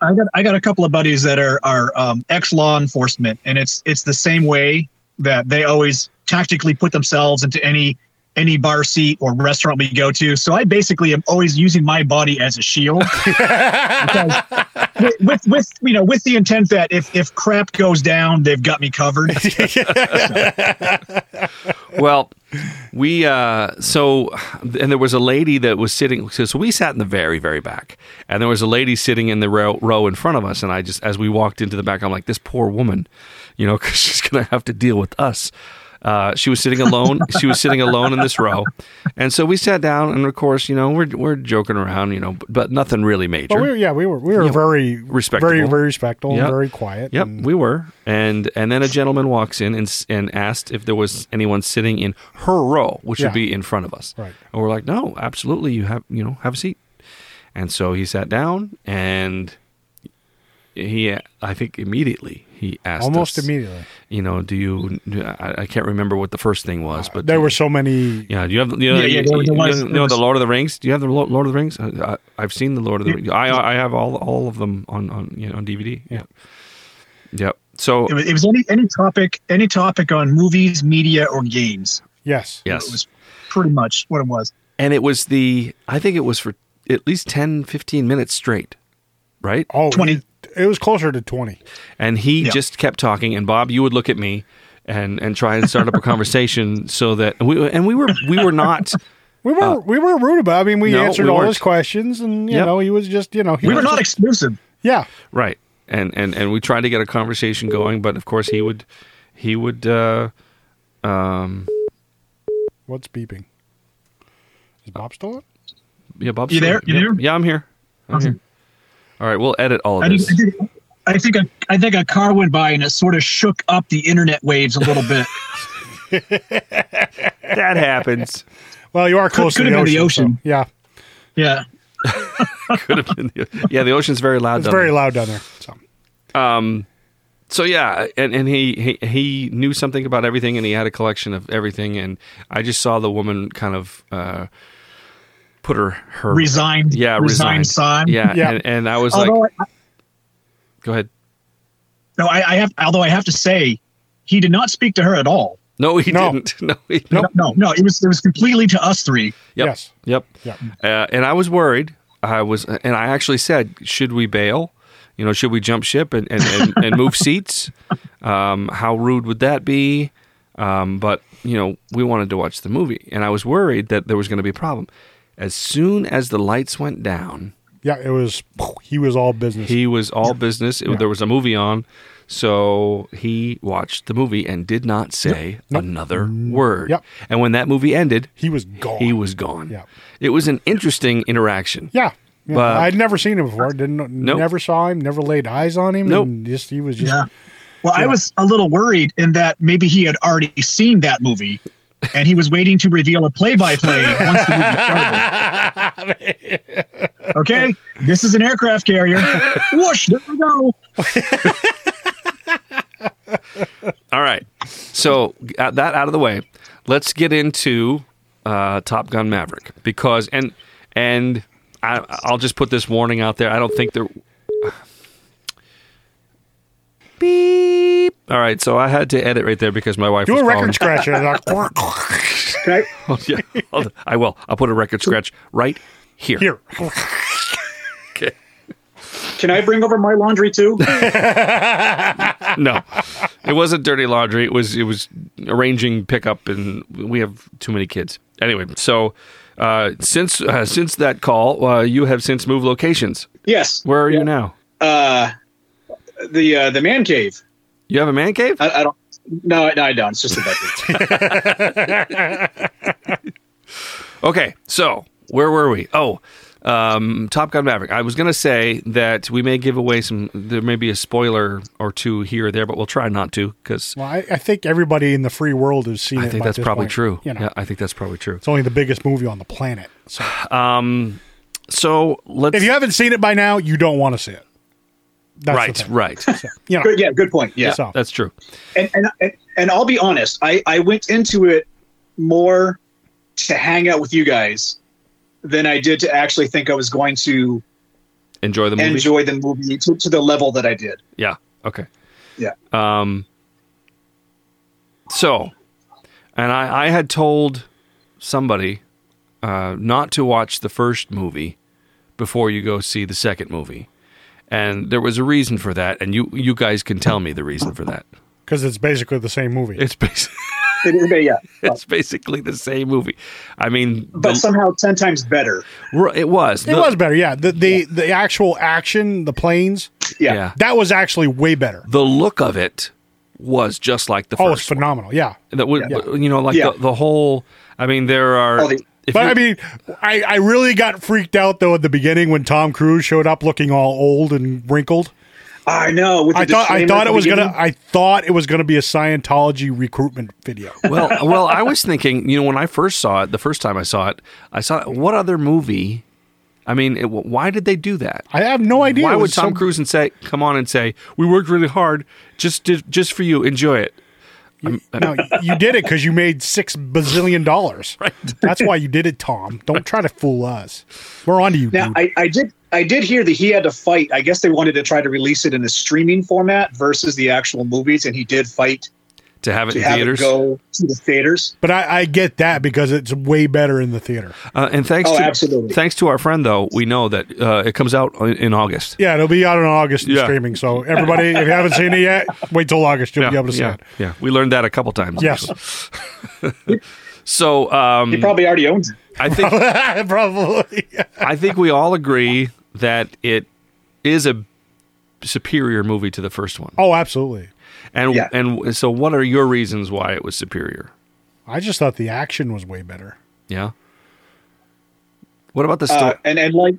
[SPEAKER 8] I got I got a couple of buddies that are are um, ex law enforcement, and it's it's the same way that they always tactically put themselves into any any bar seat or restaurant we go to. So I basically am always using my body as a shield, Because with, with with you know with the intent that if if crap goes down, they've got me covered.
[SPEAKER 1] well, we uh, so and there was a lady that was sitting. So we sat in the very very back, and there was a lady sitting in the row, row in front of us. And I just as we walked into the back, I'm like, this poor woman, you know, because she's gonna have to deal with us. Uh, she was sitting alone. she was sitting alone in this row, and so we sat down. And of course, you know, we're we're joking around, you know, but, but nothing really major.
[SPEAKER 4] But we were, yeah, we were we were very
[SPEAKER 1] respectable.
[SPEAKER 4] very very respectful,
[SPEAKER 1] Yep.
[SPEAKER 4] and very quiet.
[SPEAKER 1] Yep,
[SPEAKER 4] and-
[SPEAKER 1] we were, and and then a gentleman walks in and s- and asked if there was anyone sitting in her row, which
[SPEAKER 4] Yeah.
[SPEAKER 1] would be in front of us.
[SPEAKER 4] Right.
[SPEAKER 1] And we're like, no, absolutely, you have you know have a seat. And so he sat down, and he, I think, immediately he asked,
[SPEAKER 4] almost
[SPEAKER 1] us,
[SPEAKER 4] immediately.
[SPEAKER 1] you know, do you? do- I, I can't remember what the first thing was, but
[SPEAKER 4] There were so many.
[SPEAKER 1] Yeah, do you have you know,
[SPEAKER 8] Yeah, yeah,
[SPEAKER 1] you-
[SPEAKER 8] there was- there
[SPEAKER 1] you
[SPEAKER 8] was-
[SPEAKER 1] know-
[SPEAKER 8] there
[SPEAKER 1] you know the
[SPEAKER 8] was-
[SPEAKER 1] Lord of the Rings? Do you have the Lo- Lord of the Rings? I, I, I've seen the Lord of the Rings. I I have all all of them on on you know, on DVD. Yeah. Yep. So
[SPEAKER 8] It was, it was any any topic any topic on movies, media, or games.
[SPEAKER 4] Yes.
[SPEAKER 1] Yes.
[SPEAKER 8] It was pretty much what it was.
[SPEAKER 1] and it was the, I think it was for at least 10, 15 minutes straight, right?
[SPEAKER 4] Oh,
[SPEAKER 8] 20.
[SPEAKER 4] it was closer to 20.
[SPEAKER 1] and he
[SPEAKER 7] Yeah.
[SPEAKER 1] just kept talking and bob you would look at me and and try and start up a conversation so that we and we were we were not
[SPEAKER 4] We were we were rude about. it. I mean, we
[SPEAKER 1] Uh, No,
[SPEAKER 4] answered
[SPEAKER 1] we
[SPEAKER 4] all
[SPEAKER 1] weren't.
[SPEAKER 4] his questions, and you
[SPEAKER 1] Yep.
[SPEAKER 4] know, he was just you know he
[SPEAKER 7] We were
[SPEAKER 4] was
[SPEAKER 7] not
[SPEAKER 4] just-
[SPEAKER 7] exclusive.
[SPEAKER 4] yeah,
[SPEAKER 1] right and and and we tried to get a conversation going but of course he would he would uh
[SPEAKER 4] What's beeping? Is Bob still on?
[SPEAKER 1] yeah bob
[SPEAKER 7] You there? You
[SPEAKER 1] yeah,
[SPEAKER 7] there?
[SPEAKER 1] yeah i'm here i'm
[SPEAKER 7] Awesome.
[SPEAKER 1] here all right we'll edit all
[SPEAKER 7] I
[SPEAKER 1] of
[SPEAKER 7] think,
[SPEAKER 1] this
[SPEAKER 7] I think- I think a, I think a car went by and it sort of shook up the internet waves a little bit.
[SPEAKER 1] that happens
[SPEAKER 4] Well, you are close
[SPEAKER 7] could
[SPEAKER 4] to the
[SPEAKER 7] have
[SPEAKER 4] ocean.
[SPEAKER 7] been the ocean.
[SPEAKER 4] so- yeah,
[SPEAKER 7] yeah.
[SPEAKER 1] could have been the, yeah the ocean's very loud
[SPEAKER 4] it's
[SPEAKER 1] down
[SPEAKER 4] very
[SPEAKER 1] there.
[SPEAKER 4] loud down there. So.
[SPEAKER 1] so yeah and, and he, he he knew something about everything and he had a collection of everything and i just saw the woman kind of uh put her her
[SPEAKER 7] Resigned.
[SPEAKER 1] yeah
[SPEAKER 7] Resigned
[SPEAKER 1] resigned
[SPEAKER 7] sign.
[SPEAKER 1] yeah,
[SPEAKER 4] Yeah.
[SPEAKER 1] And, and i was
[SPEAKER 7] Although
[SPEAKER 1] like
[SPEAKER 7] I,
[SPEAKER 1] go ahead
[SPEAKER 7] no, I, I have. Although I have to say, he did not speak to her at all.
[SPEAKER 1] no he
[SPEAKER 4] No.
[SPEAKER 1] didn't no he
[SPEAKER 4] Nope.
[SPEAKER 7] No, no, it was it was completely to us three.
[SPEAKER 1] Yep.
[SPEAKER 4] Yes.
[SPEAKER 1] Yep.
[SPEAKER 4] Yep.
[SPEAKER 1] Uh, and I was worried. I was, and I actually said, should we bail? You know, should we jump ship and and, and, and move seats? Um, how rude would that be? Um, but you know, we wanted to watch the movie, and I was worried that there was going to be a problem. As soon as the lights went down,
[SPEAKER 4] Yeah, it was. He was all business.
[SPEAKER 1] he was all business. It- There was a movie on, so he watched the movie and did not say another word.
[SPEAKER 4] Yep.
[SPEAKER 1] And when that movie ended,
[SPEAKER 4] He was gone.
[SPEAKER 1] He was gone.
[SPEAKER 4] Yep.
[SPEAKER 1] It was an interesting interaction.
[SPEAKER 4] yeah, yeah.
[SPEAKER 1] But-
[SPEAKER 4] I'd never seen him before. Didn't know-
[SPEAKER 1] Nope.
[SPEAKER 4] never saw him. Never laid eyes on him.
[SPEAKER 1] Nope.
[SPEAKER 4] and Just he was just.
[SPEAKER 7] Yeah. Well, I was a little worried in that maybe he had already seen that movie, and he was waiting to reveal a play-by-play once the movie started. okay, this is an aircraft carrier. Whoosh! There we go.
[SPEAKER 1] All right. So got that out of the way, let's get into uh, Top Gun Maverick because and and I, I'll just put this warning out there. I don't think there. Beep. All right. So I had to edit right there because my wife
[SPEAKER 4] Do
[SPEAKER 1] was
[SPEAKER 4] a
[SPEAKER 1] calling.
[SPEAKER 4] record scratch. and I-
[SPEAKER 7] Okay.
[SPEAKER 1] yeah, I'll- I will. I'll put a record scratch right here.
[SPEAKER 4] Here,
[SPEAKER 1] Okay.
[SPEAKER 7] Can I bring over my laundry too?
[SPEAKER 1] no, it wasn't dirty laundry. It was it was arranging pickup, and we have too many kids. Anyway, so uh, since uh, since that call, uh, you have since moved locations.
[SPEAKER 8] Yes, Uh,
[SPEAKER 1] Where are you now?
[SPEAKER 8] the uh, the man cave.
[SPEAKER 1] You have a man cave.
[SPEAKER 8] I, I don't. No, I, no, I don't. It's just a bedroom.
[SPEAKER 1] Okay, so where were we? Oh, um, Top Gun Maverick. I was gonna say that we may give away some. There may be a spoiler or two here or there, but we'll try not to because.
[SPEAKER 4] well, I, I think everybody in the free world has seen it.
[SPEAKER 1] I think
[SPEAKER 4] by
[SPEAKER 1] that's
[SPEAKER 4] this
[SPEAKER 1] probably
[SPEAKER 4] point,
[SPEAKER 1] true.
[SPEAKER 4] You know,
[SPEAKER 1] Yeah, I think that's probably true.
[SPEAKER 4] it's only the biggest movie on the planet. So
[SPEAKER 1] So let's.
[SPEAKER 4] if you haven't seen it by now, you don't want to see it. That's the
[SPEAKER 1] right,
[SPEAKER 4] thing.
[SPEAKER 1] right.
[SPEAKER 4] You know,
[SPEAKER 8] Good, yeah, good point. Yeah,
[SPEAKER 4] so
[SPEAKER 1] That's true.
[SPEAKER 8] and, and and and I'll be honest. I I went into it more to hang out with you guys than I did to actually think I was going to
[SPEAKER 1] Enjoy the movie.
[SPEAKER 8] enjoy the movie to, to the level that I did.
[SPEAKER 1] Yeah. Okay.
[SPEAKER 8] Yeah.
[SPEAKER 4] Uh,
[SPEAKER 1] Um. So, and I, I had told somebody uh, not to watch the first movie before you go see the second movie, and there was a reason for that, and you you guys can tell me the reason for that.
[SPEAKER 4] because it's basically the same movie.
[SPEAKER 1] It's basically,
[SPEAKER 8] But yeah,
[SPEAKER 1] it's basically the same movie. I mean,
[SPEAKER 8] but somehow ten times better.
[SPEAKER 1] the- it was
[SPEAKER 4] it was better. Yeah, the the, the actual action, the planes,
[SPEAKER 8] Yeah.
[SPEAKER 1] yeah.
[SPEAKER 4] that was actually way better.
[SPEAKER 1] The look of it was just like the
[SPEAKER 4] Oh, it's
[SPEAKER 1] first. one.
[SPEAKER 4] phenomenal. Yeah.
[SPEAKER 1] That was, you know, like
[SPEAKER 8] Yeah.
[SPEAKER 1] the, the whole. I mean, there are.
[SPEAKER 8] Oh, the-
[SPEAKER 1] if
[SPEAKER 4] But
[SPEAKER 1] you-
[SPEAKER 4] I mean, I, I really got freaked out though at the beginning when Tom Cruise showed up looking all old and wrinkled.
[SPEAKER 8] I know. With the
[SPEAKER 4] I thought I
[SPEAKER 8] disclaimer at
[SPEAKER 4] thought it
[SPEAKER 8] the
[SPEAKER 4] was gonna
[SPEAKER 8] beginning.
[SPEAKER 4] I thought it was gonna be a Scientology recruitment video.
[SPEAKER 1] well, well, I was thinking, you know, when I first saw it, the first time I saw it, I saw what other movie? I mean, it, why did they do that?
[SPEAKER 4] I have no idea.
[SPEAKER 1] Why
[SPEAKER 4] It
[SPEAKER 1] would
[SPEAKER 4] was
[SPEAKER 1] Tom
[SPEAKER 4] some-
[SPEAKER 1] Cruise and say, "Come on and say we worked really hard, just did, just for you, enjoy it"?
[SPEAKER 4] No, you did it because you made six bazillion dollars. Right. That's why you did it, Tom. Don't try to fool us. We're onto you,
[SPEAKER 8] Now
[SPEAKER 4] dude.
[SPEAKER 8] I, I did I did hear that he had to fight. I guess they wanted to try to release it in a streaming format versus the actual movies, and he did fight
[SPEAKER 1] to have it
[SPEAKER 8] to
[SPEAKER 1] in
[SPEAKER 8] have
[SPEAKER 1] theaters.
[SPEAKER 8] it go to the theaters.
[SPEAKER 4] But I, I get that because it's way better in the theater.
[SPEAKER 1] Uh, and thanks
[SPEAKER 8] Oh,
[SPEAKER 1] to
[SPEAKER 8] absolutely.
[SPEAKER 1] thanks to our friend though, we know that uh, it comes out in, in August.
[SPEAKER 4] Yeah, it'll be out in August and
[SPEAKER 1] Yeah.
[SPEAKER 4] streaming. So everybody, if you haven't seen it yet, wait till August. You'll be able to see
[SPEAKER 1] yeah,
[SPEAKER 4] it.
[SPEAKER 1] yeah. We learned that a couple times.
[SPEAKER 4] Yes.
[SPEAKER 1] actually. So um,
[SPEAKER 8] He
[SPEAKER 4] Mm.
[SPEAKER 8] probably already owns it.
[SPEAKER 1] I think
[SPEAKER 4] Probably.
[SPEAKER 1] I think we all agree that it is a superior movie to the first one.
[SPEAKER 4] Oh, absolutely.
[SPEAKER 1] And
[SPEAKER 8] Yeah.
[SPEAKER 1] and so what are your reasons why it was superior?
[SPEAKER 4] I just thought the action was way better.
[SPEAKER 1] Yeah. What about the story?
[SPEAKER 8] Uh, and and like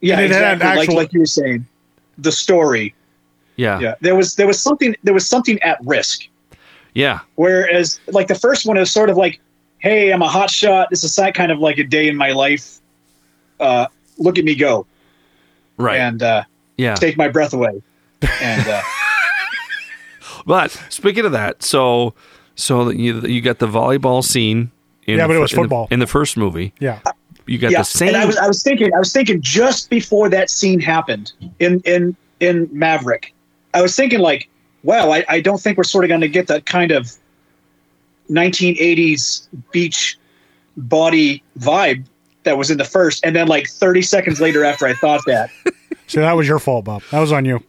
[SPEAKER 8] yeah,
[SPEAKER 4] And it had an
[SPEAKER 8] exactly.
[SPEAKER 4] actual- Ah.
[SPEAKER 8] like like you were saying, the story.
[SPEAKER 1] yeah.
[SPEAKER 8] Yeah, there was there was something there was something at risk.
[SPEAKER 1] Yeah.
[SPEAKER 8] Whereas like the first one is sort of like, hey, I'm a hot shot. This is that kind of like a day in my life. Uh, look at me go
[SPEAKER 1] Right.
[SPEAKER 8] and uh,
[SPEAKER 1] yeah.
[SPEAKER 8] take my breath away. And uh,
[SPEAKER 1] But speaking of that, so so that you you got the volleyball scene. In
[SPEAKER 4] Yeah,
[SPEAKER 1] the
[SPEAKER 4] but it
[SPEAKER 1] fir-
[SPEAKER 4] was
[SPEAKER 1] in the-
[SPEAKER 4] football.
[SPEAKER 1] in the, first movie.
[SPEAKER 4] Yeah.
[SPEAKER 1] You got
[SPEAKER 8] yeah,
[SPEAKER 1] the same.
[SPEAKER 8] and I was I was thinking I was thinking just before that scene happened in in in Maverick, I was thinking like, well, I, I don't think we're sort of going to get that kind of 1980s beach body vibe that was in the first, and then like 30 seconds later after I thought that,
[SPEAKER 4] So that was your fault, Bob. That was on you.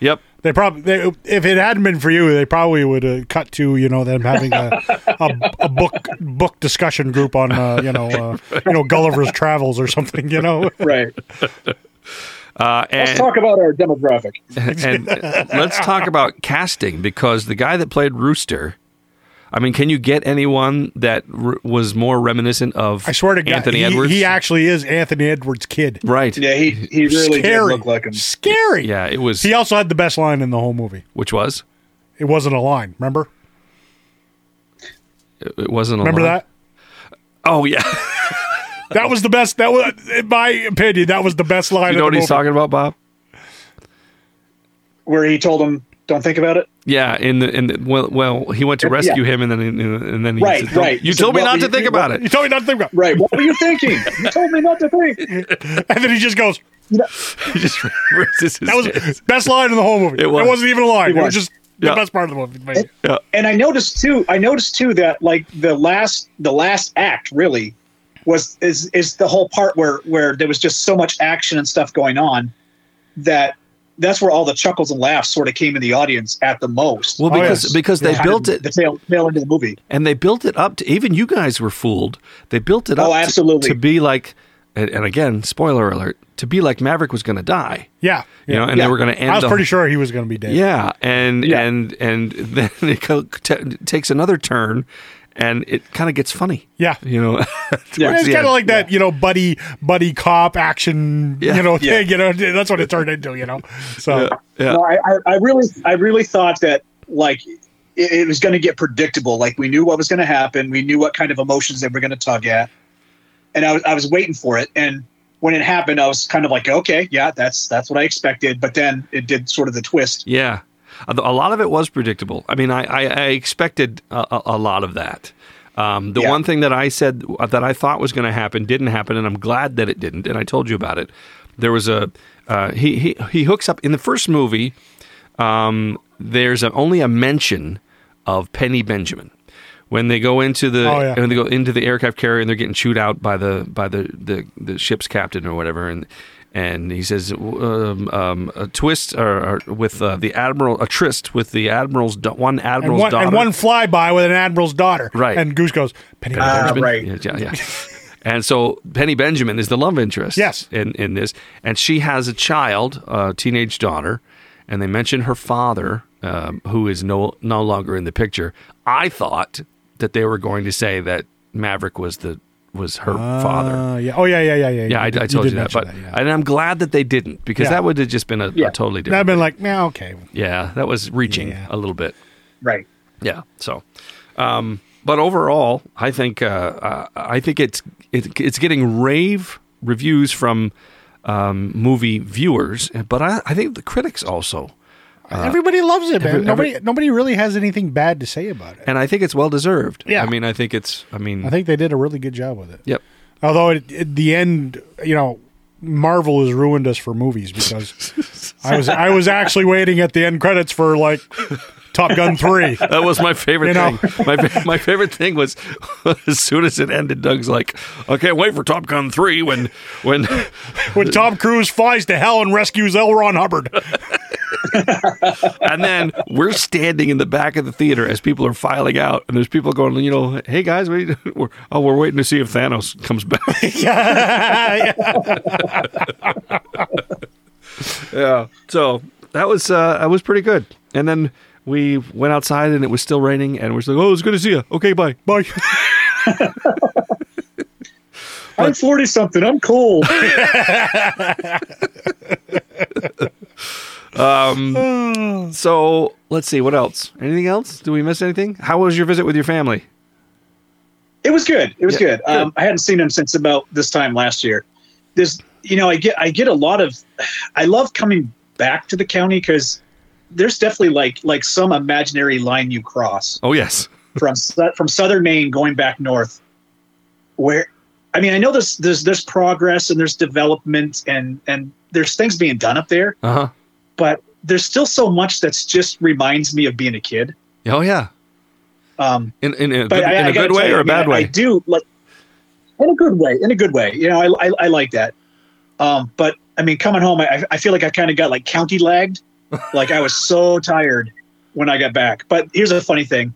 [SPEAKER 1] yep.
[SPEAKER 4] They probably, they, if it hadn't been for you, they probably would have cut to you know them having a, a, a book book discussion group on uh, you know uh, you know Gulliver's Travels or something. You know,
[SPEAKER 8] right?
[SPEAKER 1] Uh, and,
[SPEAKER 8] Let's talk about our demographic.
[SPEAKER 1] and let's talk about casting because the guy that played Rooster. I mean, can you get anyone that r- was more reminiscent of
[SPEAKER 4] I swear to God,
[SPEAKER 1] Anthony
[SPEAKER 4] he,
[SPEAKER 1] Edwards?
[SPEAKER 4] he actually is Anthony Edwards' kid.
[SPEAKER 1] right.
[SPEAKER 8] Yeah, he he really did
[SPEAKER 4] Scary,
[SPEAKER 8] look like him.
[SPEAKER 4] scary.
[SPEAKER 1] Yeah, it was
[SPEAKER 4] He also had the best line in the whole movie.
[SPEAKER 1] which was
[SPEAKER 4] It wasn't a line. Remember?
[SPEAKER 1] it it wasn't a
[SPEAKER 4] Remember
[SPEAKER 1] line.
[SPEAKER 4] that?
[SPEAKER 1] Oh yeah.
[SPEAKER 4] That was the best. That was, in my opinion, that was the best line.
[SPEAKER 1] you
[SPEAKER 4] of
[SPEAKER 1] know
[SPEAKER 4] the
[SPEAKER 1] what he's
[SPEAKER 4] movie.
[SPEAKER 1] talking about, Bob?
[SPEAKER 8] Where he told him, "Don't think about it."
[SPEAKER 1] Yeah, in the in the, well, well, he went to rescue him, and then and then he
[SPEAKER 8] Right,
[SPEAKER 1] said, "Don't-
[SPEAKER 8] right.
[SPEAKER 1] You
[SPEAKER 8] He said,
[SPEAKER 1] told me
[SPEAKER 8] "Well,
[SPEAKER 1] not to
[SPEAKER 8] you-
[SPEAKER 1] think
[SPEAKER 8] you-
[SPEAKER 1] about
[SPEAKER 4] You
[SPEAKER 1] it.
[SPEAKER 4] told me nothing about,
[SPEAKER 8] Right? What were you thinking? You told me not to think.
[SPEAKER 4] and then he just goes.
[SPEAKER 1] He just raises his
[SPEAKER 4] That was
[SPEAKER 1] hands.
[SPEAKER 4] best line in the whole movie.
[SPEAKER 1] It
[SPEAKER 4] It,
[SPEAKER 1] was.
[SPEAKER 4] was. not even a line. It
[SPEAKER 8] It
[SPEAKER 4] was,
[SPEAKER 8] was.
[SPEAKER 4] just the
[SPEAKER 1] Yeah.
[SPEAKER 4] best part of the movie. maybe.
[SPEAKER 8] and I noticed too. I noticed too that like the last the last act really was is is the whole part where where there was just so much action and stuff going on that that's where all the chuckles and laughs sort of came in the audience at the most.
[SPEAKER 1] well
[SPEAKER 4] Oh,
[SPEAKER 1] because
[SPEAKER 4] yes.
[SPEAKER 1] because they
[SPEAKER 8] Kind of
[SPEAKER 1] built
[SPEAKER 8] the
[SPEAKER 1] it
[SPEAKER 8] tail, tail end of the movie.
[SPEAKER 1] and they built it up to even you guys were fooled. They built it up
[SPEAKER 8] Oh,
[SPEAKER 1] to-
[SPEAKER 8] absolutely.
[SPEAKER 1] to, be like, and, and again, spoiler alert, to be like Maverick was going to die,
[SPEAKER 4] Yeah,
[SPEAKER 1] you know, and
[SPEAKER 8] Yeah.
[SPEAKER 1] they were going to end.
[SPEAKER 4] I was
[SPEAKER 1] the-
[SPEAKER 4] pretty sure he was going to be dead.
[SPEAKER 1] Yeah, and
[SPEAKER 8] Yeah.
[SPEAKER 1] and and then it co- t- takes another turn, and it kind of gets funny.
[SPEAKER 4] yeah.
[SPEAKER 1] You know,
[SPEAKER 8] Yeah.
[SPEAKER 1] towards
[SPEAKER 4] It's
[SPEAKER 1] the
[SPEAKER 4] kind
[SPEAKER 1] end.
[SPEAKER 4] of like that, you know, buddy, buddy cop action,
[SPEAKER 1] Yeah.
[SPEAKER 4] you know,
[SPEAKER 8] Yeah.
[SPEAKER 4] thing. You know, that's what it turned into. You know, so
[SPEAKER 1] Yeah.
[SPEAKER 8] No, I, I, I really I really thought that like it, it was going to get predictable. Like we knew what was going to happen. We knew what kind of emotions they were going to tug at, and I was I was waiting for it. And when it happened, I was kind of like, okay, yeah, that's that's what I expected. But then it did sort of the twist.
[SPEAKER 1] Yeah. A a lot of it was predictable. I mean, I, I, I expected a, a- a lot of that. Um, the
[SPEAKER 8] Yeah.
[SPEAKER 1] one thing that I said uh, that I thought was going to happen didn't happen, and I'm glad that it didn't. And I told you about it. There was a uh, he, he he hooks up in the first movie. Um, there's a, only a mention of Penny Benjamin when they go into the
[SPEAKER 4] Oh, yeah.
[SPEAKER 1] when they go into the aircraft carrier and they're getting chewed out by the by the the, the ship's captain or whatever and and he says um, um, a twist or, or with uh, the admiral a tryst with the admiral's da- one
[SPEAKER 4] and
[SPEAKER 1] admiral's
[SPEAKER 4] one,
[SPEAKER 1] daughter
[SPEAKER 4] and one flyby with an admiral's daughter,
[SPEAKER 1] Right.
[SPEAKER 4] And Goose goes, Penny,
[SPEAKER 8] Ah,
[SPEAKER 4] Benjamin."
[SPEAKER 8] right.
[SPEAKER 1] Yeah, yeah, yeah. And so Penny Benjamin is the love interest.
[SPEAKER 4] Yes.
[SPEAKER 1] In, in this. And she has a child, a teenage daughter, and they mention her father, um, who is no, no longer in the picture. I thought that they were going to say that Maverick was the was her father.
[SPEAKER 4] Uh, yeah. Oh yeah, yeah, yeah, yeah.
[SPEAKER 1] Yeah, I, I
[SPEAKER 4] did-
[SPEAKER 1] told you,
[SPEAKER 4] did
[SPEAKER 1] that.
[SPEAKER 4] mention
[SPEAKER 1] But
[SPEAKER 4] yeah.
[SPEAKER 1] and I'm glad that they didn't because
[SPEAKER 4] Yeah.
[SPEAKER 1] that would have just been a, a
[SPEAKER 8] Yeah.
[SPEAKER 1] totally
[SPEAKER 4] And I've
[SPEAKER 1] different.
[SPEAKER 4] been like, nah, okay.
[SPEAKER 1] yeah, that was reaching
[SPEAKER 4] Yeah.
[SPEAKER 1] a little bit.
[SPEAKER 8] Right.
[SPEAKER 1] Yeah. So, um, but overall, I think uh, uh, I think it's it, it's getting rave reviews from um, movie viewers, but I, I think the critics also,
[SPEAKER 4] everybody loves it, man.
[SPEAKER 1] Uh, every-
[SPEAKER 4] nobody, nobody really has anything bad to say about it.
[SPEAKER 1] and I think it's well deserved.
[SPEAKER 4] Yeah.
[SPEAKER 1] I mean, I think it's. I mean,
[SPEAKER 4] I think they did a really good job with it.
[SPEAKER 1] yep.
[SPEAKER 4] Although it, at the end, you know, Marvel has ruined us for movies because I was I was actually waiting at the end credits for like Top Gun three.
[SPEAKER 1] That was my favorite
[SPEAKER 4] You know?
[SPEAKER 1] thing. My, fa- my favorite thing was as soon as it ended, Doug's like, "I can't wait for Top Gun three when when
[SPEAKER 4] when Tom Cruise flies to hell and rescues L. Ron Hubbard.
[SPEAKER 1] and then we're standing in the back of the theater as people are filing out, and there's people going, you know, hey guys, what are you doing? We're, oh, we're waiting to see if Thanos comes back. yeah. So that was uh, that was pretty good. And then we went outside, and it was still raining, and we're just like, oh, it's good to see you. Okay, bye.
[SPEAKER 4] Bye.
[SPEAKER 8] I'm 40 something. I'm cold.
[SPEAKER 1] So let's see what else. Anything else? Do we miss anything? How was your visit with your family?
[SPEAKER 8] It was good. It was
[SPEAKER 1] Yeah,
[SPEAKER 8] good. Um, I hadn't seen him since about this time last year. This, you know, I get I get a lot of. I love coming back to the county because there's definitely like like some imaginary line you cross
[SPEAKER 1] Oh yes.
[SPEAKER 8] from sou- from southern Maine going back north. Where, I mean, I know there's there's there's progress and there's development and and there's things being done up there,
[SPEAKER 1] Uh
[SPEAKER 8] but there's still so much that's just reminds me of being a kid.
[SPEAKER 1] huh. Oh yeah.
[SPEAKER 8] Um,
[SPEAKER 1] In in a
[SPEAKER 8] but
[SPEAKER 1] good,
[SPEAKER 8] I,
[SPEAKER 1] in
[SPEAKER 8] I
[SPEAKER 1] a
[SPEAKER 8] gotta
[SPEAKER 1] good way
[SPEAKER 8] tell you,
[SPEAKER 1] or
[SPEAKER 8] I
[SPEAKER 1] a
[SPEAKER 8] mean,
[SPEAKER 1] bad
[SPEAKER 8] I-
[SPEAKER 1] way?
[SPEAKER 8] I do like in a good way. In a good way, you know, I I, I like that. Um, but I mean, coming home, I, I feel like I kind of got like county lagged. like I was so tired when I got back. But here's a funny thing.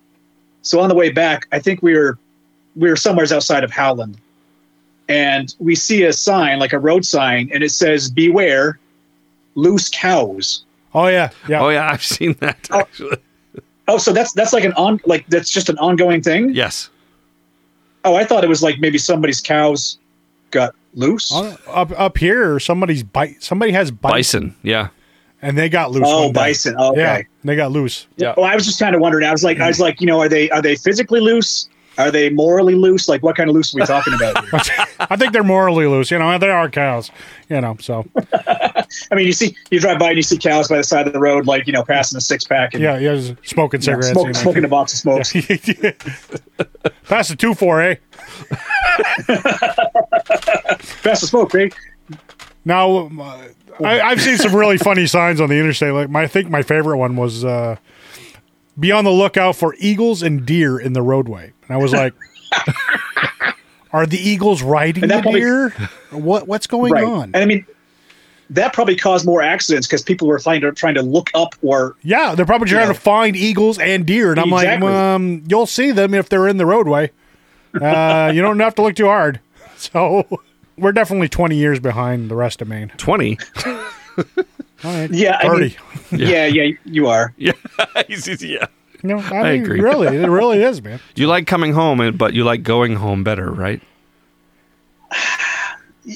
[SPEAKER 8] So on the way back, I think we were we were somewhere's outside of Howland, and we see a sign like a road sign, and it says "Beware, loose cows."
[SPEAKER 4] Oh yeah, yeah.
[SPEAKER 1] oh yeah, I've seen that actually.
[SPEAKER 8] Oh, so that's that's like an on like that's just an ongoing thing.
[SPEAKER 1] Yes.
[SPEAKER 8] Oh, I thought it was like maybe somebody's cows got loose.
[SPEAKER 4] Uh, Up up here, somebody's bite. Somebody has bison,
[SPEAKER 1] Bison. Yeah.
[SPEAKER 4] and they got loose.
[SPEAKER 8] Oh,
[SPEAKER 4] one day.
[SPEAKER 8] bison. Okay.
[SPEAKER 4] Yeah, they got loose.
[SPEAKER 1] Yeah.
[SPEAKER 8] Well, I was just kind of wondering. I was like, I was like, you know, are they are they physically loose? Are they morally loose? Like, what kind of loose are we talking about? here?
[SPEAKER 4] I think they're morally loose. You know, they are cows. You know, so
[SPEAKER 8] I mean, you see, you drive by and you see cows by the side of the road, like you know, passing a six pack and
[SPEAKER 4] yeah, yeah, just smoking
[SPEAKER 8] you know,
[SPEAKER 4] cigarettes.
[SPEAKER 8] smoke-
[SPEAKER 4] you know.
[SPEAKER 8] smoking a box of smokes.
[SPEAKER 4] Pass the two four, eh?
[SPEAKER 8] Pass the smoke, babe.
[SPEAKER 4] Now, um, uh, I, I've seen some really funny signs on the interstate. Like, my, I think my favorite one was uh, "Be on the lookout for eagles and deer in the roadway." And I was like, "Are the eagles riding
[SPEAKER 8] And that
[SPEAKER 4] the
[SPEAKER 8] probably-
[SPEAKER 4] deer? What what's going
[SPEAKER 8] Right.
[SPEAKER 4] on?"
[SPEAKER 8] And I mean, that probably caused more accidents because people were trying to trying to look up or
[SPEAKER 4] yeah, they're probably trying
[SPEAKER 8] Yeah.
[SPEAKER 4] to find eagles and deer, and I'm
[SPEAKER 8] Exactly.
[SPEAKER 4] like, um, "You'll see them if they're in the roadway. Uh, you don't have to look too hard." So. We're definitely 20 years behind the rest of Maine.
[SPEAKER 1] Twenty.
[SPEAKER 4] All right.
[SPEAKER 8] yeah, I
[SPEAKER 4] 30.
[SPEAKER 8] mean, yeah, yeah, you are.
[SPEAKER 1] Yeah. He's- he's- yeah.
[SPEAKER 4] No, I, mean,
[SPEAKER 1] agree.
[SPEAKER 4] Really, it really is, man.
[SPEAKER 1] You like coming home, and- but you like going home better, right?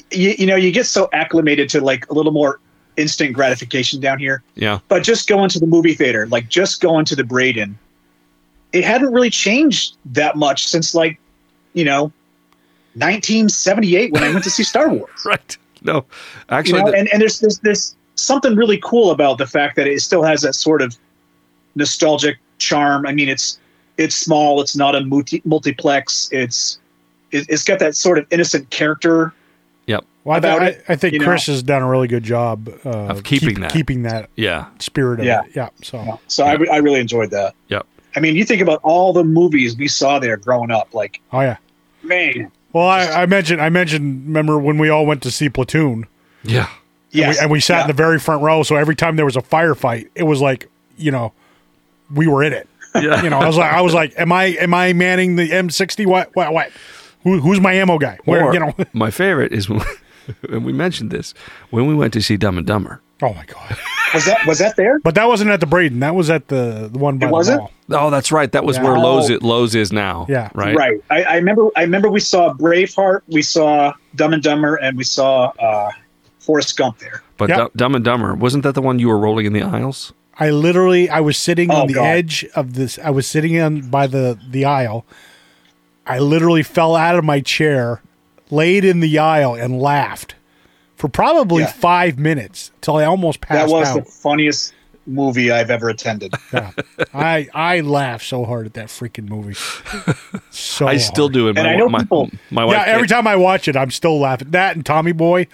[SPEAKER 8] You, you know, you get so acclimated to like a little more instant gratification down here.
[SPEAKER 1] Yeah.
[SPEAKER 8] but just going to the movie theater, like just going to the Braden, it hadn't really changed that much since like, you know, 1978 when I went to see Star Wars.
[SPEAKER 1] Right. No.
[SPEAKER 8] You
[SPEAKER 1] Actually,
[SPEAKER 8] know,
[SPEAKER 1] the-
[SPEAKER 8] and, and there's, there's there's something really cool about the fact that it still has that sort of nostalgic charm. I mean, it's it's small, it's not a multi- multiplex, it's it, it's got that sort of innocent character.
[SPEAKER 1] yep.
[SPEAKER 4] Well, I, thi-
[SPEAKER 8] about
[SPEAKER 4] I-
[SPEAKER 8] it,
[SPEAKER 4] I think
[SPEAKER 8] you know?
[SPEAKER 4] Chris has done a really good job uh,
[SPEAKER 1] Of keeping that.
[SPEAKER 4] keeping that
[SPEAKER 1] Yeah.
[SPEAKER 4] spirit of
[SPEAKER 8] Yeah.
[SPEAKER 4] it. Yeah. So
[SPEAKER 8] So I, re- I really enjoyed that.
[SPEAKER 1] Yep.
[SPEAKER 8] I mean, you think about all the movies we saw there growing up, like
[SPEAKER 4] oh yeah.
[SPEAKER 8] man,
[SPEAKER 4] Well, I, I mentioned I mentioned remember when we all went to see Platoon
[SPEAKER 1] Yeah.
[SPEAKER 8] yeah,
[SPEAKER 4] and we sat in the very front row. So every time there was a firefight, it was like you know we were in it.
[SPEAKER 1] Yeah.
[SPEAKER 4] You know, I was like I was like, am I am I manning the M sixty? What what what? Who, who's my ammo guy? Where
[SPEAKER 1] Or,
[SPEAKER 4] you know?
[SPEAKER 1] my favorite is when, and we mentioned this when we went to see Dumb and Dumber.
[SPEAKER 4] Oh my god!
[SPEAKER 8] Was that was that there?
[SPEAKER 4] But that wasn't at the Braden. That was at the the one by the
[SPEAKER 8] wasn't?
[SPEAKER 4] wall.
[SPEAKER 1] Oh, that's right. That was
[SPEAKER 4] Yeah.
[SPEAKER 1] where
[SPEAKER 8] Oh.
[SPEAKER 1] Lowe's it Lowe's is now.
[SPEAKER 4] Yeah.
[SPEAKER 1] Right.
[SPEAKER 8] Right. I, I remember. I remember we saw Braveheart, we saw Dumb and Dumber, and we saw uh, Forrest Gump there.
[SPEAKER 1] But
[SPEAKER 4] Yeah.
[SPEAKER 1] Dumb- Dumb and Dumber wasn't that the one you were rolling in the aisles?
[SPEAKER 4] I literally I was sitting
[SPEAKER 8] Oh,
[SPEAKER 4] on the
[SPEAKER 8] God.
[SPEAKER 4] edge of this I was sitting on by the the aisle. I literally fell out of my chair, laid in the aisle and laughed for probably
[SPEAKER 8] Yeah.
[SPEAKER 4] 5 minutes till I almost
[SPEAKER 8] That
[SPEAKER 4] passed
[SPEAKER 8] was
[SPEAKER 4] out.
[SPEAKER 8] the funniest movie I've ever attended.
[SPEAKER 4] I I laughed so hard at that freaking movie. So
[SPEAKER 1] I still
[SPEAKER 4] hard.
[SPEAKER 1] do. And,
[SPEAKER 8] And
[SPEAKER 1] my,
[SPEAKER 8] I know
[SPEAKER 1] my,
[SPEAKER 8] people-
[SPEAKER 1] my wife.
[SPEAKER 4] Yeah, every time I watch it I'm still laughing. That and Tommy Boy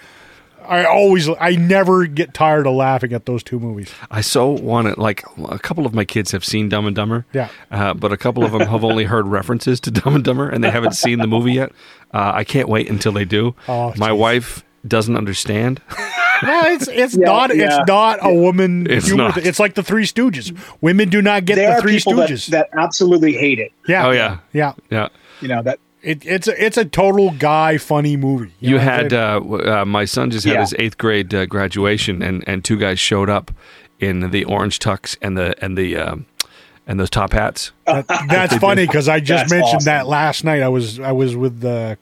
[SPEAKER 4] I always, I never get tired of laughing at those two movies.
[SPEAKER 1] I so want to like a couple of my kids have seen Dumb and Dumber.
[SPEAKER 4] Yeah.
[SPEAKER 1] Uh, but a couple of them have only heard references to Dumb and Dumber and they haven't seen the movie yet. Uh, I can't wait until they do.
[SPEAKER 4] Oh,
[SPEAKER 1] my
[SPEAKER 4] geez.
[SPEAKER 1] wife doesn't understand.
[SPEAKER 4] No, it's it's
[SPEAKER 8] Yeah,
[SPEAKER 4] not
[SPEAKER 8] yeah.
[SPEAKER 4] it's not a woman.
[SPEAKER 1] It's
[SPEAKER 4] humor
[SPEAKER 1] not.
[SPEAKER 4] thing. It's like the Three Stooges. Women do not get
[SPEAKER 8] there
[SPEAKER 4] the
[SPEAKER 8] are
[SPEAKER 4] Three
[SPEAKER 8] people that,
[SPEAKER 4] Stooges.
[SPEAKER 8] that absolutely hate it.
[SPEAKER 4] yeah.
[SPEAKER 1] Oh, yeah.
[SPEAKER 4] Yeah.
[SPEAKER 1] Yeah.
[SPEAKER 8] You know that
[SPEAKER 4] It, it's a, it's a total guy funny movie.
[SPEAKER 1] You
[SPEAKER 4] know,
[SPEAKER 1] had
[SPEAKER 4] they-
[SPEAKER 1] uh, w- uh, my son just had
[SPEAKER 8] Yeah.
[SPEAKER 1] his eighth grade uh, graduation, and, and two guys showed up in the orange tux and the and the um, and those top hats.
[SPEAKER 4] that's funny because I just
[SPEAKER 8] That's
[SPEAKER 4] mentioned
[SPEAKER 8] awesome.
[SPEAKER 4] that last night. I was I was with uh,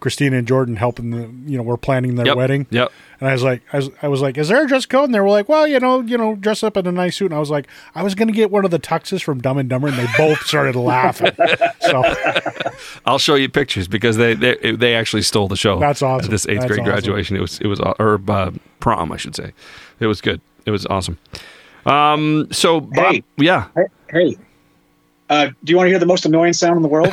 [SPEAKER 4] Christina and Jordan helping the you know we're planning their
[SPEAKER 1] Yep.
[SPEAKER 4] wedding.
[SPEAKER 1] Yep.
[SPEAKER 4] And I was like, I was, I was like, is there a dress code? And they were like, well, you know, you know, dress up in a nice suit. And I was like, I was gonna get one of the tuxes from Dumb and Dumber, and they both started laughing. So
[SPEAKER 1] I'll show you pictures because they they, they actually stole the show.
[SPEAKER 4] That's awesome.
[SPEAKER 1] at this eighth
[SPEAKER 4] That's
[SPEAKER 1] grade
[SPEAKER 4] awesome.
[SPEAKER 1] graduation, it was it was aw- or uh, prom, I should say. It was good. It was awesome. Um. So, Bob,
[SPEAKER 8] Hey.
[SPEAKER 1] yeah.
[SPEAKER 8] hey. Uh, do you want to hear the most annoying sound in the world?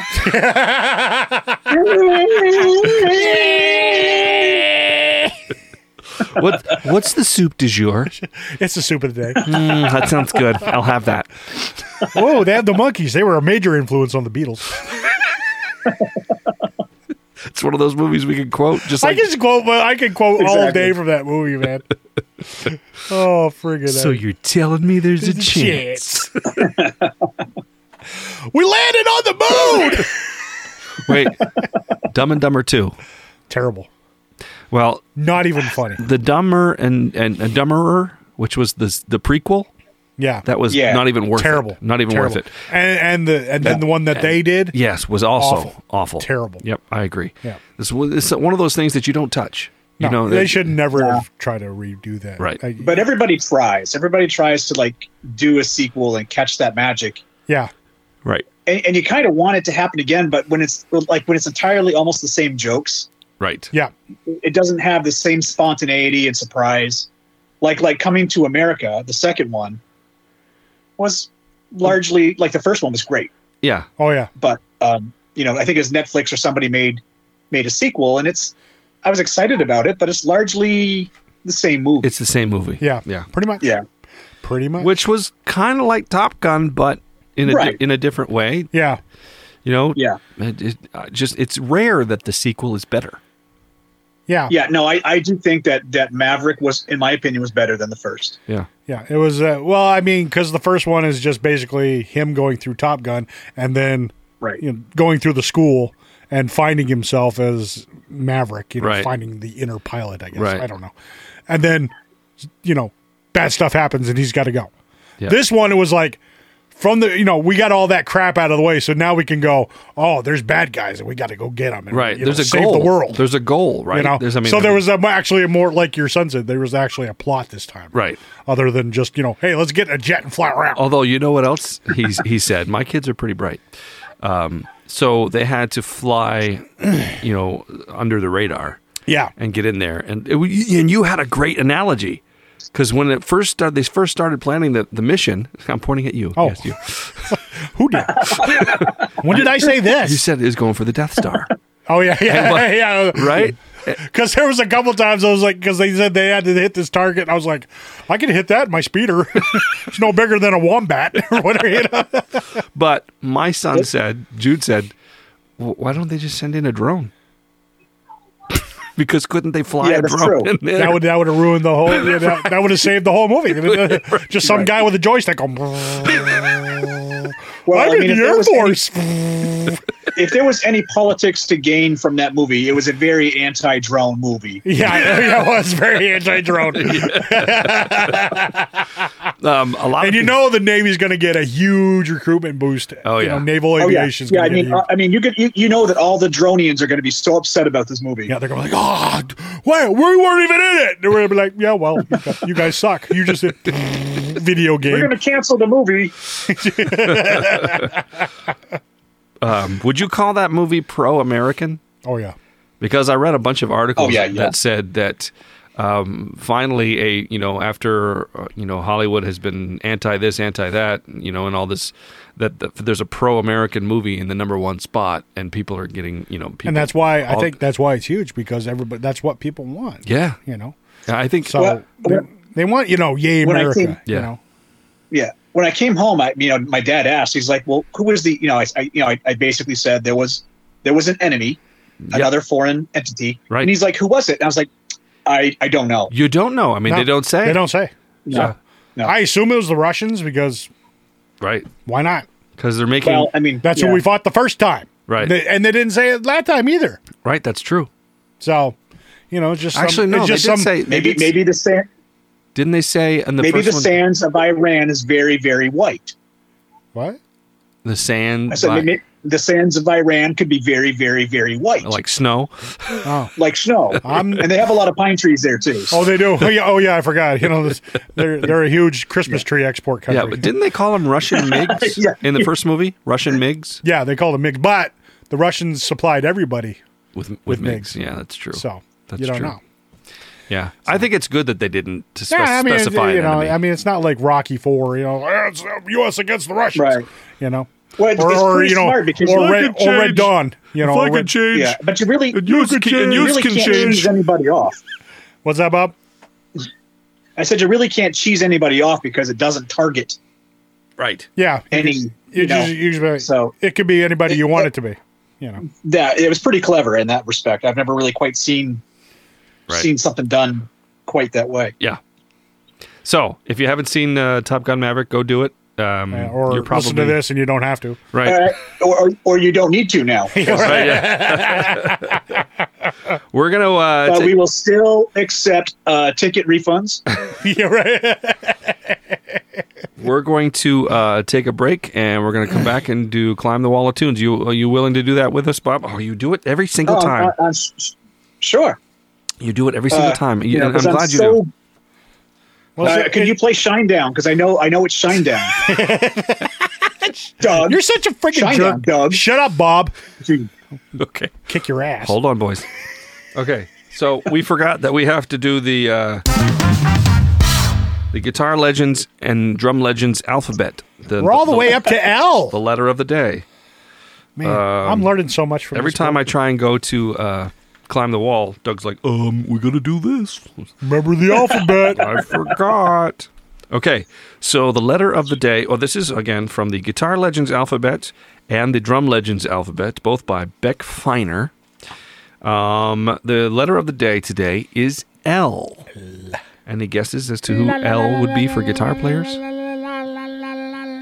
[SPEAKER 1] What what's the soup du jour?
[SPEAKER 4] it's the soup of the day.
[SPEAKER 1] Mm, that sounds good. I'll have that.
[SPEAKER 4] Whoa, they had the monkeys. They were a major influence on the Beatles.
[SPEAKER 1] It's one of those movies we can quote. Just
[SPEAKER 4] I
[SPEAKER 1] like
[SPEAKER 4] can quote, I can quote all
[SPEAKER 8] Exactly.
[SPEAKER 4] day from that movie, man. Oh, friggin'
[SPEAKER 1] so,
[SPEAKER 4] heck.
[SPEAKER 1] you're telling me there's, a
[SPEAKER 4] There's a
[SPEAKER 1] chance.
[SPEAKER 4] we landed on the moon.
[SPEAKER 1] Wait, Dumb and Dumber Two.
[SPEAKER 4] Terrible.
[SPEAKER 1] Well,
[SPEAKER 4] Not even funny.
[SPEAKER 1] the Dumber and and, and Dumberer, which was the the prequel,
[SPEAKER 4] Yeah,
[SPEAKER 1] that was
[SPEAKER 8] Yeah.
[SPEAKER 1] not even worth it.
[SPEAKER 4] terrible.
[SPEAKER 1] Not even
[SPEAKER 4] Terrible.
[SPEAKER 1] worth it.
[SPEAKER 4] And and the and then the one that they did.
[SPEAKER 1] Yes, was also awful.
[SPEAKER 4] Awful. Terrible.
[SPEAKER 1] Yep, I agree.
[SPEAKER 4] Yeah.
[SPEAKER 1] this was it's one of those things that you don't touch.
[SPEAKER 4] No,
[SPEAKER 1] you know,
[SPEAKER 4] they
[SPEAKER 1] that-
[SPEAKER 4] should never have tried to redo that.
[SPEAKER 1] Right.
[SPEAKER 4] I-
[SPEAKER 8] but everybody tries. Everybody tries to like do a sequel and catch that magic.
[SPEAKER 4] yeah,
[SPEAKER 1] Right,
[SPEAKER 8] And, and you kind of want it to happen again, but when it's like when it's entirely almost the same jokes,
[SPEAKER 1] right.
[SPEAKER 4] yeah.
[SPEAKER 8] it doesn't have the same spontaneity and surprise. Like like coming to America, the second one was largely like the first one was great,
[SPEAKER 1] Yeah,
[SPEAKER 4] Oh yeah.
[SPEAKER 8] but um, you know I think it was Netflix or somebody made made a sequel, and it's I was excited about it, but it's largely the same movie.
[SPEAKER 1] it's the same movie.
[SPEAKER 4] Yeah.
[SPEAKER 1] yeah.
[SPEAKER 4] Pretty much.
[SPEAKER 8] yeah,
[SPEAKER 4] Pretty much.
[SPEAKER 1] Which was kind of like Top Gun, but in a
[SPEAKER 8] Right.
[SPEAKER 1] in a different way.
[SPEAKER 4] yeah.
[SPEAKER 1] You know,
[SPEAKER 8] yeah,
[SPEAKER 1] It, it, uh, just it's rare that the sequel is better.
[SPEAKER 4] Yeah.
[SPEAKER 8] yeah. No, I, I do think that that Maverick was, in my opinion, was better than the first.
[SPEAKER 1] Yeah,
[SPEAKER 4] Yeah. It was uh, well, I mean, cuz the first one is just basically him going through Top Gun and then
[SPEAKER 8] Right.
[SPEAKER 4] you know, going through the school and finding himself as Maverick, you know,
[SPEAKER 1] Right.
[SPEAKER 4] finding the inner pilot, I guess.
[SPEAKER 1] Right.
[SPEAKER 4] I don't know. And then you know, bad stuff happens and he's got to go.
[SPEAKER 1] Yeah.
[SPEAKER 4] This one it was like from the you know we got all that crap out of the way, so now we can go. Oh, there's bad guys, and we got to go get them. And,
[SPEAKER 1] right.
[SPEAKER 4] you know,
[SPEAKER 1] There's a
[SPEAKER 4] save
[SPEAKER 1] goal.
[SPEAKER 4] the world.
[SPEAKER 1] There's a goal. Right.
[SPEAKER 4] you know
[SPEAKER 1] There's. I mean,
[SPEAKER 4] so there was a, actually a more like your son said there was actually a plot this time
[SPEAKER 1] Right. Oh.
[SPEAKER 4] other than just you know hey let's get in a jet and fly around
[SPEAKER 1] Although you know what else he's he said, my kids are pretty bright. Um, so they had to fly, you know, under the radar
[SPEAKER 4] yeah
[SPEAKER 1] and get in there. And it, w- and you had a great analogy because when it first started, they first started planning the, the mission. I'm pointing at you.
[SPEAKER 4] Oh.
[SPEAKER 1] Yes, you.
[SPEAKER 4] who did when did i say
[SPEAKER 1] You
[SPEAKER 4] this
[SPEAKER 1] said it was going for the Death Star,
[SPEAKER 4] oh yeah yeah
[SPEAKER 1] what-
[SPEAKER 4] yeah
[SPEAKER 1] right?
[SPEAKER 4] because there was a couple times i was like because they said they had to hit this target and i was like i can hit that in my speeder it's no bigger than a wombat or whatever you know?
[SPEAKER 1] But my son said, Jude said, "W- why don't they just send in a drone? because couldn't they fly
[SPEAKER 8] Yeah,
[SPEAKER 1] a
[SPEAKER 8] that's
[SPEAKER 1] drone?
[SPEAKER 8] true.
[SPEAKER 1] in there?
[SPEAKER 4] that would that would have ruined the whole yeah, that, that would have saved the whole movie just some guy with a joystick going,
[SPEAKER 8] Well,
[SPEAKER 4] i'm in
[SPEAKER 8] if
[SPEAKER 4] the
[SPEAKER 8] there
[SPEAKER 4] air
[SPEAKER 8] was any-
[SPEAKER 4] force
[SPEAKER 8] if there was any politics to gain from that movie, it was a very anti-drone movie.
[SPEAKER 4] Yeah, yeah, it was very anti-drone.
[SPEAKER 1] um, a lot
[SPEAKER 4] And
[SPEAKER 1] of
[SPEAKER 4] you
[SPEAKER 1] people-
[SPEAKER 4] know the Navy's going to get a huge recruitment boost.
[SPEAKER 1] Oh,
[SPEAKER 4] You know,
[SPEAKER 1] yeah.
[SPEAKER 4] naval
[SPEAKER 8] Oh yeah,
[SPEAKER 4] aviation's
[SPEAKER 8] yeah.
[SPEAKER 4] going
[SPEAKER 8] I
[SPEAKER 4] to
[SPEAKER 8] mean,
[SPEAKER 4] get a
[SPEAKER 8] uh,
[SPEAKER 4] huge.
[SPEAKER 8] I mean, you could you, you know that all the dronians are going to be so upset about this movie.
[SPEAKER 4] yeah, they're going to be like, oh, wait, we weren't even in it. They're going to be like, yeah, well, you guys, you guys suck. You just did video game.
[SPEAKER 8] We're going to cancel the movie.
[SPEAKER 1] Would you call that movie pro American?
[SPEAKER 4] oh, yeah.
[SPEAKER 1] Because I read a bunch of articles
[SPEAKER 8] Oh, yeah, yeah.
[SPEAKER 1] that said that um, finally, a you know, after uh, you know Hollywood has been anti this, anti that, you know, and all this, that the, there's a pro American movie in the number one spot, and people are getting you know, people,
[SPEAKER 4] And that's why, I
[SPEAKER 1] all-
[SPEAKER 4] think that's why it's huge because everybody, that's what people want.
[SPEAKER 1] yeah,
[SPEAKER 4] You know?
[SPEAKER 1] I think
[SPEAKER 4] So
[SPEAKER 8] Well,
[SPEAKER 4] they,
[SPEAKER 8] when-
[SPEAKER 4] they want you know, yay
[SPEAKER 8] when I
[SPEAKER 4] America.
[SPEAKER 8] came-
[SPEAKER 4] You
[SPEAKER 1] Yeah.
[SPEAKER 4] know,
[SPEAKER 8] Yeah. When I came home, I you know my dad asked. He's like, "Well, who was the you know I, I you know I, I basically said there was there was an enemy, another foreign entity."
[SPEAKER 1] Right.
[SPEAKER 8] And he's like, "Who was it?" And I was like, "I I don't know."
[SPEAKER 1] you don't know. I mean,
[SPEAKER 4] No,
[SPEAKER 1] they don't say.
[SPEAKER 4] They don't say.
[SPEAKER 8] No.
[SPEAKER 1] Yeah.
[SPEAKER 8] No.
[SPEAKER 4] I assume it was the Russians because
[SPEAKER 1] Right.
[SPEAKER 4] why not?
[SPEAKER 1] Because they're making.
[SPEAKER 8] Well, I mean,
[SPEAKER 4] That's
[SPEAKER 8] yeah.
[SPEAKER 4] who we fought the first time,
[SPEAKER 1] Right.
[SPEAKER 4] They, and they didn't say it that time either.
[SPEAKER 1] right. That's true.
[SPEAKER 4] So, you know, it's just some-
[SPEAKER 1] Actually, no.
[SPEAKER 4] it's
[SPEAKER 1] They did
[SPEAKER 4] just some-
[SPEAKER 1] say.
[SPEAKER 8] Maybe
[SPEAKER 1] it's-
[SPEAKER 8] maybe the sand
[SPEAKER 1] Didn't they say in the
[SPEAKER 8] maybe
[SPEAKER 1] first
[SPEAKER 8] the
[SPEAKER 1] one,
[SPEAKER 8] sands of Iran is very very white.
[SPEAKER 4] what?
[SPEAKER 1] the sand,
[SPEAKER 8] I said
[SPEAKER 1] like,
[SPEAKER 8] "Maybe the sands of Iran could be very very very white, like,
[SPEAKER 1] like snow?
[SPEAKER 8] snow,
[SPEAKER 4] I'm-
[SPEAKER 8] and they have a lot of pine trees there too.
[SPEAKER 4] Oh, they do. Oh yeah, oh yeah, I forgot. You know, this, they're they're a huge Christmas tree export country.
[SPEAKER 1] Yeah, but didn't they call them Russian MiGs
[SPEAKER 8] Yeah.
[SPEAKER 1] in the first movie? Russian MiGs
[SPEAKER 4] Yeah, they call them MiGs, but the Russians supplied everybody.
[SPEAKER 1] with with, MiGs.
[SPEAKER 4] MiGs.
[SPEAKER 1] Yeah, that's true.
[SPEAKER 4] So
[SPEAKER 1] That's
[SPEAKER 4] you don't
[SPEAKER 1] true.
[SPEAKER 4] know.
[SPEAKER 1] yeah, I think it's good that they didn't to spec-
[SPEAKER 4] yeah, I mean,
[SPEAKER 1] specify
[SPEAKER 4] you
[SPEAKER 1] an
[SPEAKER 4] know,
[SPEAKER 1] enemy.
[SPEAKER 4] I mean, it's not like Rocky Four. You know, "Ah, it's uh, U.S. against the Russians.
[SPEAKER 8] Right.
[SPEAKER 4] You know,
[SPEAKER 8] Well, it's- it's pretty smart because
[SPEAKER 4] or
[SPEAKER 8] you
[SPEAKER 4] Red,
[SPEAKER 1] can
[SPEAKER 4] or Red
[SPEAKER 1] change-
[SPEAKER 4] Dawn. You know, or Red-
[SPEAKER 1] change,
[SPEAKER 8] yeah, but you really
[SPEAKER 1] And yours
[SPEAKER 8] you
[SPEAKER 1] can- and yours
[SPEAKER 8] really
[SPEAKER 1] can
[SPEAKER 8] can't
[SPEAKER 1] change.
[SPEAKER 8] cheese anybody off.
[SPEAKER 4] what's that, Bob?
[SPEAKER 8] I said you really can't cheese anybody off because it doesn't target
[SPEAKER 1] right?
[SPEAKER 4] Yeah, you
[SPEAKER 8] Any-
[SPEAKER 4] just-
[SPEAKER 8] you
[SPEAKER 4] you just-
[SPEAKER 8] know,
[SPEAKER 4] you just-
[SPEAKER 8] so-
[SPEAKER 4] it could be anybody you want it to be. You know,
[SPEAKER 8] that it was pretty clever in that respect. I've never really quite seen
[SPEAKER 1] Right.
[SPEAKER 8] seen something done quite that way.
[SPEAKER 1] Yeah. So if you haven't seen uh, Top Gun Maverick, go do it. Um,
[SPEAKER 4] Yeah, or
[SPEAKER 1] you're probably
[SPEAKER 4] listen to this and you don't have to.
[SPEAKER 1] right.
[SPEAKER 8] All right. or, or, or you don't need to now.
[SPEAKER 1] Right, yeah. We're gonna. Uh,
[SPEAKER 8] But
[SPEAKER 1] ta-
[SPEAKER 8] we will still accept uh, ticket refunds.
[SPEAKER 4] yeah, right.
[SPEAKER 1] We're going to uh, take a break, and we're going to come back and do climb the wall of tunes. You are you willing to do that with us, Bob? Oh, you do it every single
[SPEAKER 8] Oh,
[SPEAKER 1] time.
[SPEAKER 8] I- I'm s- sure.
[SPEAKER 1] you do it every single
[SPEAKER 8] uh,
[SPEAKER 1] time. You,
[SPEAKER 8] You know,
[SPEAKER 1] and I'm
[SPEAKER 8] 'cause
[SPEAKER 1] glad you
[SPEAKER 8] so-
[SPEAKER 1] do.
[SPEAKER 4] Well,
[SPEAKER 8] uh,
[SPEAKER 4] so-
[SPEAKER 8] can you play Shine Down? Because I know I know it's Shine Down. Doug,
[SPEAKER 4] You're such a freaking
[SPEAKER 8] Shine
[SPEAKER 4] jerk,
[SPEAKER 8] down, Doug.
[SPEAKER 4] Shut up, Bob.
[SPEAKER 1] Okay,
[SPEAKER 4] Kick your ass.
[SPEAKER 1] hold on, boys. okay, so we forgot that we have to do the uh, the guitar legends and drum legends alphabet. The,
[SPEAKER 4] We're all the way up to
[SPEAKER 1] the
[SPEAKER 4] L.
[SPEAKER 1] letter of the day.
[SPEAKER 4] Man, I'm learning so much from
[SPEAKER 1] Every
[SPEAKER 4] this
[SPEAKER 1] time
[SPEAKER 4] book.
[SPEAKER 1] I try and go to uh, climb the wall, Doug's like, "Um, we're gonna do this."
[SPEAKER 4] remember the alphabet.
[SPEAKER 1] I forgot. Okay, so the letter of the day, or this is again from the Guitar Legends Alphabet and the Drum Legends Alphabet, both by Beck Feiner. Um, the letter of the day today is L. Any guesses as to who L would be for guitar players?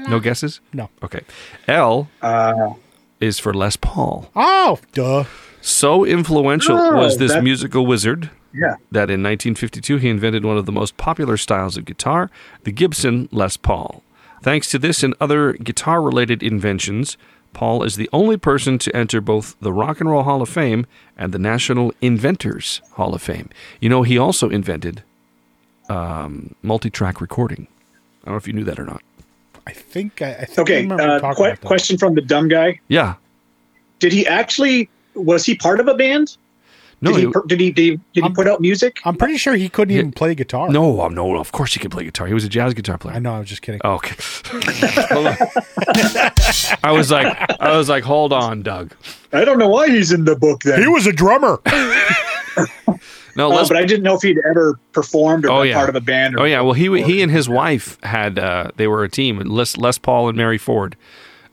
[SPEAKER 1] No guesses?
[SPEAKER 4] No.
[SPEAKER 1] Okay. L
[SPEAKER 8] uh,
[SPEAKER 1] is for Les Paul.
[SPEAKER 4] Oh, duh.
[SPEAKER 1] So influential
[SPEAKER 8] Oh,
[SPEAKER 1] was this
[SPEAKER 8] that-
[SPEAKER 1] musical wizard
[SPEAKER 8] yeah.
[SPEAKER 1] that in 1952 he invented one of the most popular styles of guitar, the Gibson Les Paul. Thanks to this and other guitar related inventions, Paul is the only person to enter both the Rock and Roll Hall of Fame and the National Inventors Hall of Fame. You know, he also invented um, multi track recording. I don't know if you knew that or not.
[SPEAKER 4] I think I, I think I
[SPEAKER 8] Okay.
[SPEAKER 4] remember
[SPEAKER 8] Uh,
[SPEAKER 4] talking
[SPEAKER 8] que-
[SPEAKER 4] about that.
[SPEAKER 8] question from the dumb guy.
[SPEAKER 1] Yeah.
[SPEAKER 8] Did he actually? Was he part of a band?
[SPEAKER 1] No,
[SPEAKER 8] did, he,
[SPEAKER 1] he-
[SPEAKER 8] per- did he? Did he? Did he
[SPEAKER 4] I'm-
[SPEAKER 8] put out music?
[SPEAKER 4] I'm pretty sure he couldn't even play guitar.
[SPEAKER 1] no, um, no, of course he could play guitar. He was a jazz guitar
[SPEAKER 4] I
[SPEAKER 1] player.
[SPEAKER 4] know. I was just kidding.
[SPEAKER 1] Oh, Okay. I was like, I was like, hold on, Doug.
[SPEAKER 8] I don't know why he's in the book. Then
[SPEAKER 4] He was a drummer.
[SPEAKER 1] No,
[SPEAKER 8] Oh,
[SPEAKER 1] Les
[SPEAKER 8] but I didn't know if he'd ever performed or
[SPEAKER 1] Oh,
[SPEAKER 8] been
[SPEAKER 1] yeah.
[SPEAKER 8] part of a band. Or,
[SPEAKER 1] Oh yeah, well he he and his wife had uh, they were a team. Les Les Paul and Mary Ford.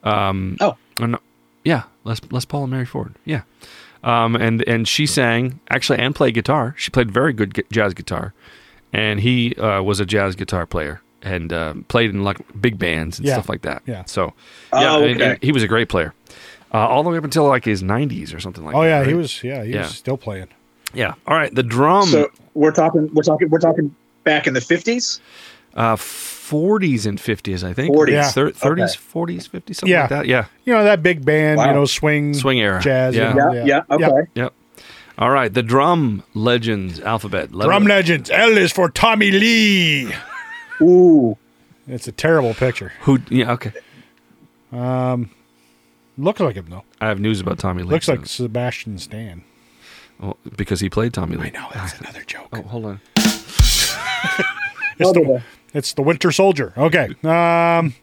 [SPEAKER 8] Oh,
[SPEAKER 1] Or no, yeah, Les Les Paul and Mary Ford. Yeah, um, and and she sang actually and played guitar. She played very good gu- jazz guitar, and he uh, was a jazz guitar player and uh, played in like big bands and
[SPEAKER 4] Yeah.
[SPEAKER 1] stuff like that.
[SPEAKER 4] Yeah.
[SPEAKER 1] So yeah,
[SPEAKER 8] Oh,
[SPEAKER 1] and- and
[SPEAKER 8] okay.
[SPEAKER 1] he was a great player. Uh, all the way up until like his 90s or something like
[SPEAKER 4] Oh
[SPEAKER 1] that.
[SPEAKER 4] yeah, he
[SPEAKER 1] right?
[SPEAKER 4] was. Yeah, he
[SPEAKER 1] Yeah.
[SPEAKER 4] was still playing.
[SPEAKER 1] Yeah. All right. The drum,
[SPEAKER 4] Um,
[SPEAKER 8] so we're talking. We're talking. We're talking back in the fifties.
[SPEAKER 1] uh, 40s and 50s, I think.
[SPEAKER 8] 40s.
[SPEAKER 1] Thir- 30s,
[SPEAKER 8] Okay.
[SPEAKER 1] 40s, 50s, something
[SPEAKER 4] Yeah.
[SPEAKER 1] like that. Yeah.
[SPEAKER 4] You know that big band.
[SPEAKER 8] Wow.
[SPEAKER 4] You know swing,
[SPEAKER 1] Swing era.
[SPEAKER 4] jazz.
[SPEAKER 1] Yeah.
[SPEAKER 4] you
[SPEAKER 8] Yeah,
[SPEAKER 4] know,
[SPEAKER 8] yeah. Okay.
[SPEAKER 1] Yep. All right, the drum legends alphabet. Letter-
[SPEAKER 4] Drum legends. L is for Tommy Lee.
[SPEAKER 8] Ooh,
[SPEAKER 4] It's a terrible picture.
[SPEAKER 1] Who? Yeah. Okay.
[SPEAKER 4] Looks like him though.
[SPEAKER 1] I have news about Tommy Lee.
[SPEAKER 4] Looks
[SPEAKER 1] so-
[SPEAKER 4] like Sebastian Stan.
[SPEAKER 1] well, because he played Tommy Lee. I
[SPEAKER 4] No, that's another joke.
[SPEAKER 1] Oh, hold on.
[SPEAKER 4] It's
[SPEAKER 8] Okay.
[SPEAKER 4] the, it's the Winter Soldier. Okay. Um,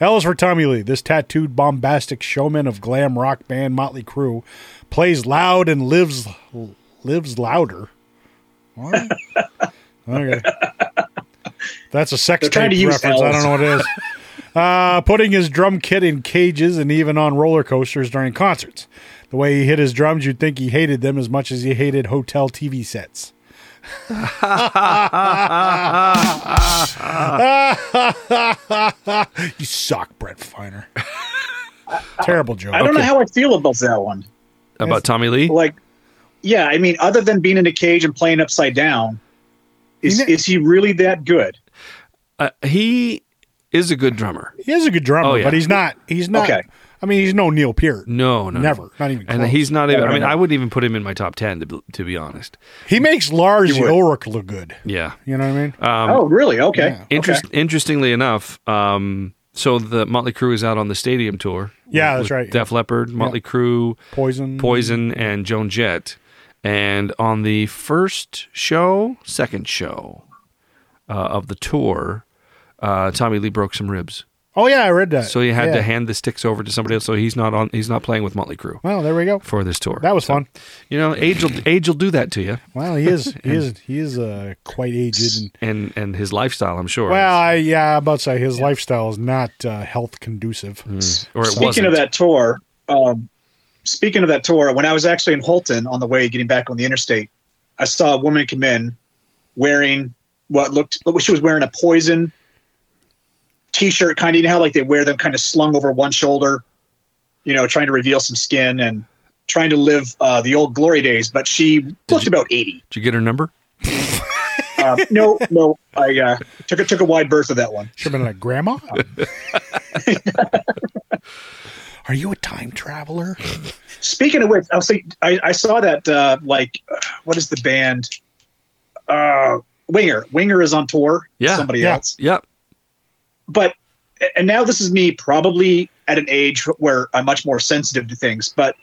[SPEAKER 4] L is for Tommy Lee. This tattooed, bombastic showman of glam rock band Motley Crue plays loud and lives lives louder. What? Okay. That's a sex
[SPEAKER 8] They're trying
[SPEAKER 4] tape
[SPEAKER 8] to use
[SPEAKER 4] reference. I don't
[SPEAKER 8] L's.
[SPEAKER 4] know what it is. Uh, putting his drum kit in cages and even on roller coasters during concerts. The way he hit his drums, you'd think he hated them as much as he hated hotel TV sets. you suck, Brett Feiner. Terrible joke.
[SPEAKER 8] I don't know how I feel about that one.
[SPEAKER 1] About Tommy Lee?
[SPEAKER 8] Like, yeah, I mean, other than being in a cage and playing upside down, is,
[SPEAKER 4] You know-
[SPEAKER 8] is he really that good?
[SPEAKER 1] Uh, he is a good drummer.
[SPEAKER 4] He is a good drummer,
[SPEAKER 1] Oh, yeah.
[SPEAKER 4] but he's not. He's not.
[SPEAKER 8] Okay.
[SPEAKER 4] I mean, he's no Neil Peart.
[SPEAKER 1] No, no, no.
[SPEAKER 4] Never. Not even
[SPEAKER 1] And
[SPEAKER 4] close.
[SPEAKER 1] he's not even. I
[SPEAKER 8] no,
[SPEAKER 1] mean,
[SPEAKER 8] no.
[SPEAKER 1] I wouldn't even put him in my top ten to be, to be honest.
[SPEAKER 4] He makes Lars
[SPEAKER 8] You would.
[SPEAKER 4] Ulrich look good.
[SPEAKER 1] Yeah.
[SPEAKER 4] You know what I mean?
[SPEAKER 1] Uh,
[SPEAKER 8] oh, really? Okay.
[SPEAKER 4] Um, yeah.
[SPEAKER 1] Interest,
[SPEAKER 8] Okay.
[SPEAKER 1] Interestingly enough, um, so the Motley Crue is out on the stadium tour.
[SPEAKER 4] Yeah,
[SPEAKER 1] with
[SPEAKER 4] that's right.
[SPEAKER 1] Def Leppard, Motley Crue,
[SPEAKER 4] Poison.
[SPEAKER 1] Poison, and Joan Jett. And on the first show, second show uh, of the tour, uh, Tommy Lee broke some ribs,
[SPEAKER 4] Oh yeah, I read that.
[SPEAKER 1] so he had
[SPEAKER 4] Yeah.
[SPEAKER 1] to hand the sticks over to somebody else. So he's not on. He's not playing with Motley Crue
[SPEAKER 4] Well, there we go.
[SPEAKER 1] for this tour.
[SPEAKER 4] That was
[SPEAKER 1] So,
[SPEAKER 4] fun.
[SPEAKER 1] You know, age will age will do that to you,
[SPEAKER 4] Well, he is. He is. He is uh, quite aged. And,
[SPEAKER 1] and and his lifestyle, I'm sure.
[SPEAKER 4] well, I, yeah, I'm about to say his lifestyle is not uh, health conducive.
[SPEAKER 1] or it
[SPEAKER 8] speaking
[SPEAKER 1] wasn't.
[SPEAKER 8] of that tour, um, speaking of that tour, when I was actually in Holton on the way getting back on the interstate, I saw a woman come in wearing what looked what she was wearing a poison t-shirt kind of you know how like they wear them kind of slung over one shoulder, you know, trying to reveal some skin and trying to live uh, the old glory days. But she looked about eighty.
[SPEAKER 1] Did you get her number?
[SPEAKER 8] Um, no, no, I uh, took a, took a wide berth of that one.
[SPEAKER 4] Should have been like grandma. Are you a time traveler?
[SPEAKER 8] Speaking of which, I was thinking, I, I saw that uh, like uh, what is the band? Uh, Winger. Winger is on tour. with
[SPEAKER 1] Yeah,
[SPEAKER 8] Somebody
[SPEAKER 4] yeah.
[SPEAKER 8] else.
[SPEAKER 1] Yep.
[SPEAKER 8] But and now this is me probably at an age where I'm much more sensitive to things. But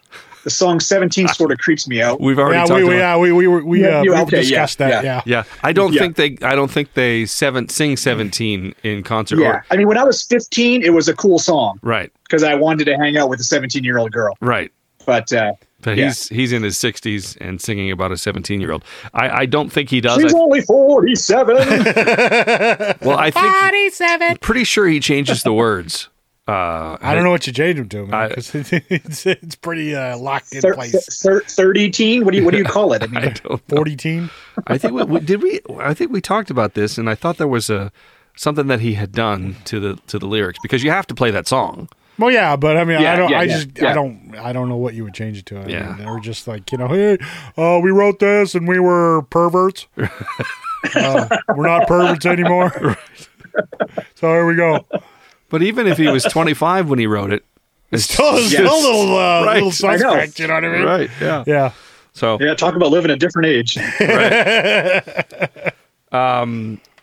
[SPEAKER 8] the song Seventeen
[SPEAKER 1] Ah.
[SPEAKER 8] sort of creeps me out.
[SPEAKER 1] We've already
[SPEAKER 4] Yeah,
[SPEAKER 1] talked
[SPEAKER 4] we, we,
[SPEAKER 1] about.
[SPEAKER 4] yeah, we we were- we,
[SPEAKER 8] Yeah,
[SPEAKER 4] uh,
[SPEAKER 8] you-
[SPEAKER 4] we
[SPEAKER 8] okay, yeah,
[SPEAKER 4] discussed that. Yeah.
[SPEAKER 8] yeah.
[SPEAKER 1] Yeah, I don't
[SPEAKER 8] Yeah.
[SPEAKER 1] think they. I don't think they seven sing seventeen in concert.
[SPEAKER 8] Yeah.
[SPEAKER 1] Or,
[SPEAKER 8] I mean, when I was 15, it was a cool song
[SPEAKER 1] right,
[SPEAKER 8] because I wanted to hang out with a 17 year old girl.
[SPEAKER 1] right.
[SPEAKER 8] But uh,
[SPEAKER 1] But
[SPEAKER 8] Yeah.
[SPEAKER 1] he's he's in his sixties and singing about a seventeen year old. I, I don't think he does.
[SPEAKER 8] she's
[SPEAKER 1] I,
[SPEAKER 8] only 47.
[SPEAKER 1] well, I think I'm pretty sure he changes the words. Uh,
[SPEAKER 4] I don't know what you changed him to, man.
[SPEAKER 1] I-
[SPEAKER 4] 'cause it's, it's pretty uh, locked in
[SPEAKER 8] Thir-
[SPEAKER 4] place.
[SPEAKER 8] thir- 30 teen? What do you what do you call it? I mean,
[SPEAKER 1] I don't.
[SPEAKER 4] Forty team.
[SPEAKER 1] I think we, we, did we. I think we talked about this, and I thought there was a something that he had done to the to the lyrics because you have to play that song.
[SPEAKER 4] Well, yeah, but I mean, I
[SPEAKER 8] Yeah,
[SPEAKER 4] don't.
[SPEAKER 8] yeah,
[SPEAKER 4] I
[SPEAKER 8] yeah,
[SPEAKER 4] just, I
[SPEAKER 8] yeah.
[SPEAKER 4] don't, I don't know what you would change it to. I
[SPEAKER 1] Yeah.
[SPEAKER 4] mean, they were just like, you know, hey, uh, we wrote this and we were perverts. Uh, we're not perverts anymore. so here we go.
[SPEAKER 1] But even if he was twenty five when he wrote it, it's
[SPEAKER 4] Still, still a little, uh,
[SPEAKER 1] Right.
[SPEAKER 4] little
[SPEAKER 1] I know.
[SPEAKER 4] suspect. You know what I mean?
[SPEAKER 1] right. Yeah.
[SPEAKER 4] Yeah.
[SPEAKER 1] So
[SPEAKER 8] yeah, talk about living a different age.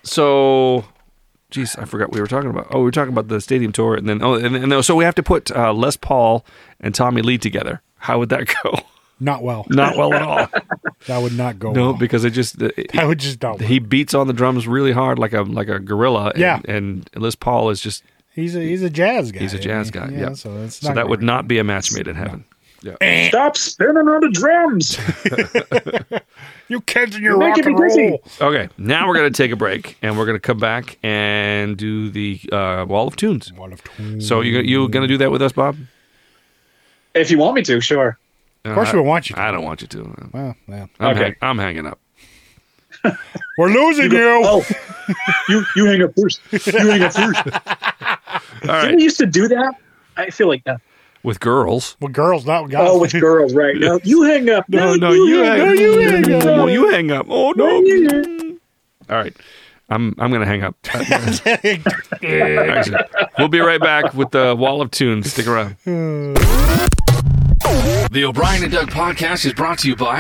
[SPEAKER 1] so geez i forgot what we were talking about oh we were talking about the stadium tour and then oh and, and so we have to put uh, les paul and tommy lee together how would that go
[SPEAKER 4] Not well.
[SPEAKER 1] not well at all
[SPEAKER 4] That would not go.
[SPEAKER 1] no
[SPEAKER 4] well.
[SPEAKER 1] because it just it-
[SPEAKER 4] that would just not. Work.
[SPEAKER 1] he beats on the drums really hard like a like a gorilla and,
[SPEAKER 4] Yeah.
[SPEAKER 1] and les paul is just
[SPEAKER 4] he's a he's a jazz guy.
[SPEAKER 1] he's a jazz guy yeah,
[SPEAKER 4] So,
[SPEAKER 1] so,
[SPEAKER 4] that's not
[SPEAKER 1] that
[SPEAKER 4] gonna
[SPEAKER 1] would
[SPEAKER 4] work.
[SPEAKER 1] not be a match made in heaven
[SPEAKER 8] Stop spinning on the drums.
[SPEAKER 4] You kids and your
[SPEAKER 8] You're
[SPEAKER 4] rock
[SPEAKER 8] making
[SPEAKER 4] and
[SPEAKER 8] me dizzy.
[SPEAKER 4] roll.
[SPEAKER 1] okay now we're gonna take a break and we're gonna come back and do the uh, wall of tunes
[SPEAKER 4] One of two.
[SPEAKER 1] so you you gonna do that with us bob
[SPEAKER 8] If you want me to, sure.
[SPEAKER 1] of
[SPEAKER 4] course we want you to.
[SPEAKER 1] Uh, i don't want you to
[SPEAKER 4] Well, yeah.
[SPEAKER 1] i'm,
[SPEAKER 8] Okay.
[SPEAKER 1] hang- I'm hanging up
[SPEAKER 4] We're losing you.
[SPEAKER 8] Oh, you you hang up first. You hang up first.
[SPEAKER 1] all right
[SPEAKER 8] We used to do that. I feel like that.
[SPEAKER 1] with girls.
[SPEAKER 4] Well, girls, not guys.
[SPEAKER 8] Oh, with girls, right? No, you hang up. No,
[SPEAKER 1] No, you hang up. Oh no.
[SPEAKER 8] you
[SPEAKER 1] All right. I'm I'm gonna hang up. Actually, we'll be right back with the wall of tunes. Stick around. The O'Brien and Doug podcast is brought to you by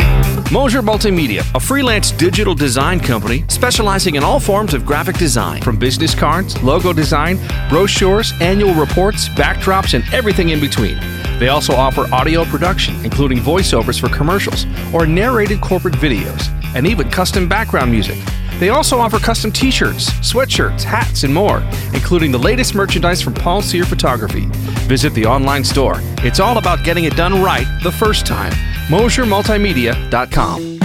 [SPEAKER 1] Mosier Multimedia, a freelance digital design company specializing in all forms of graphic design, from business cards, logo design, brochures, annual reports, backdrops, and everything in between. They also offer audio production, including voiceovers for commercials or narrated corporate videos, and even custom background music. They also offer custom t shirts, sweatshirts, hats, and more, including the latest merchandise from Paul Sear Photography. Visit the online store. It's all about getting it done right the first time. MosierMultimedia.com.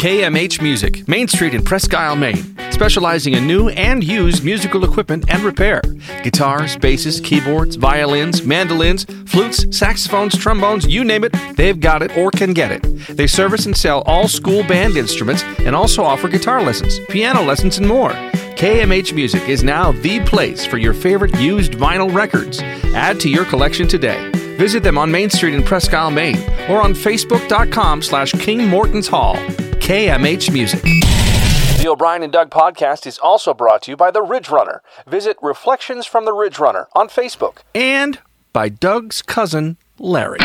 [SPEAKER 1] KMH Music, Main Street in Presque Isle, Maine, specializing in new and used musical equipment and repair. Guitars, basses, keyboards, violins, mandolins, flutes, saxophones, trombones, you name it, they've got it or can get it. They service and sell all school band instruments and also offer guitar lessons, piano lessons, and more. KMH Music is now the place for your favorite used vinyl records. Add to your collection today. Visit them on Main Street in Presque Isle, Maine, or on Facebook.com slash King Morton's Hall. KMH Music. The O'Brien and Doug podcast is also brought to you by The Ridge Runner. Visit Reflections from the Ridge Runner on Facebook and by Doug's cousin, Larry.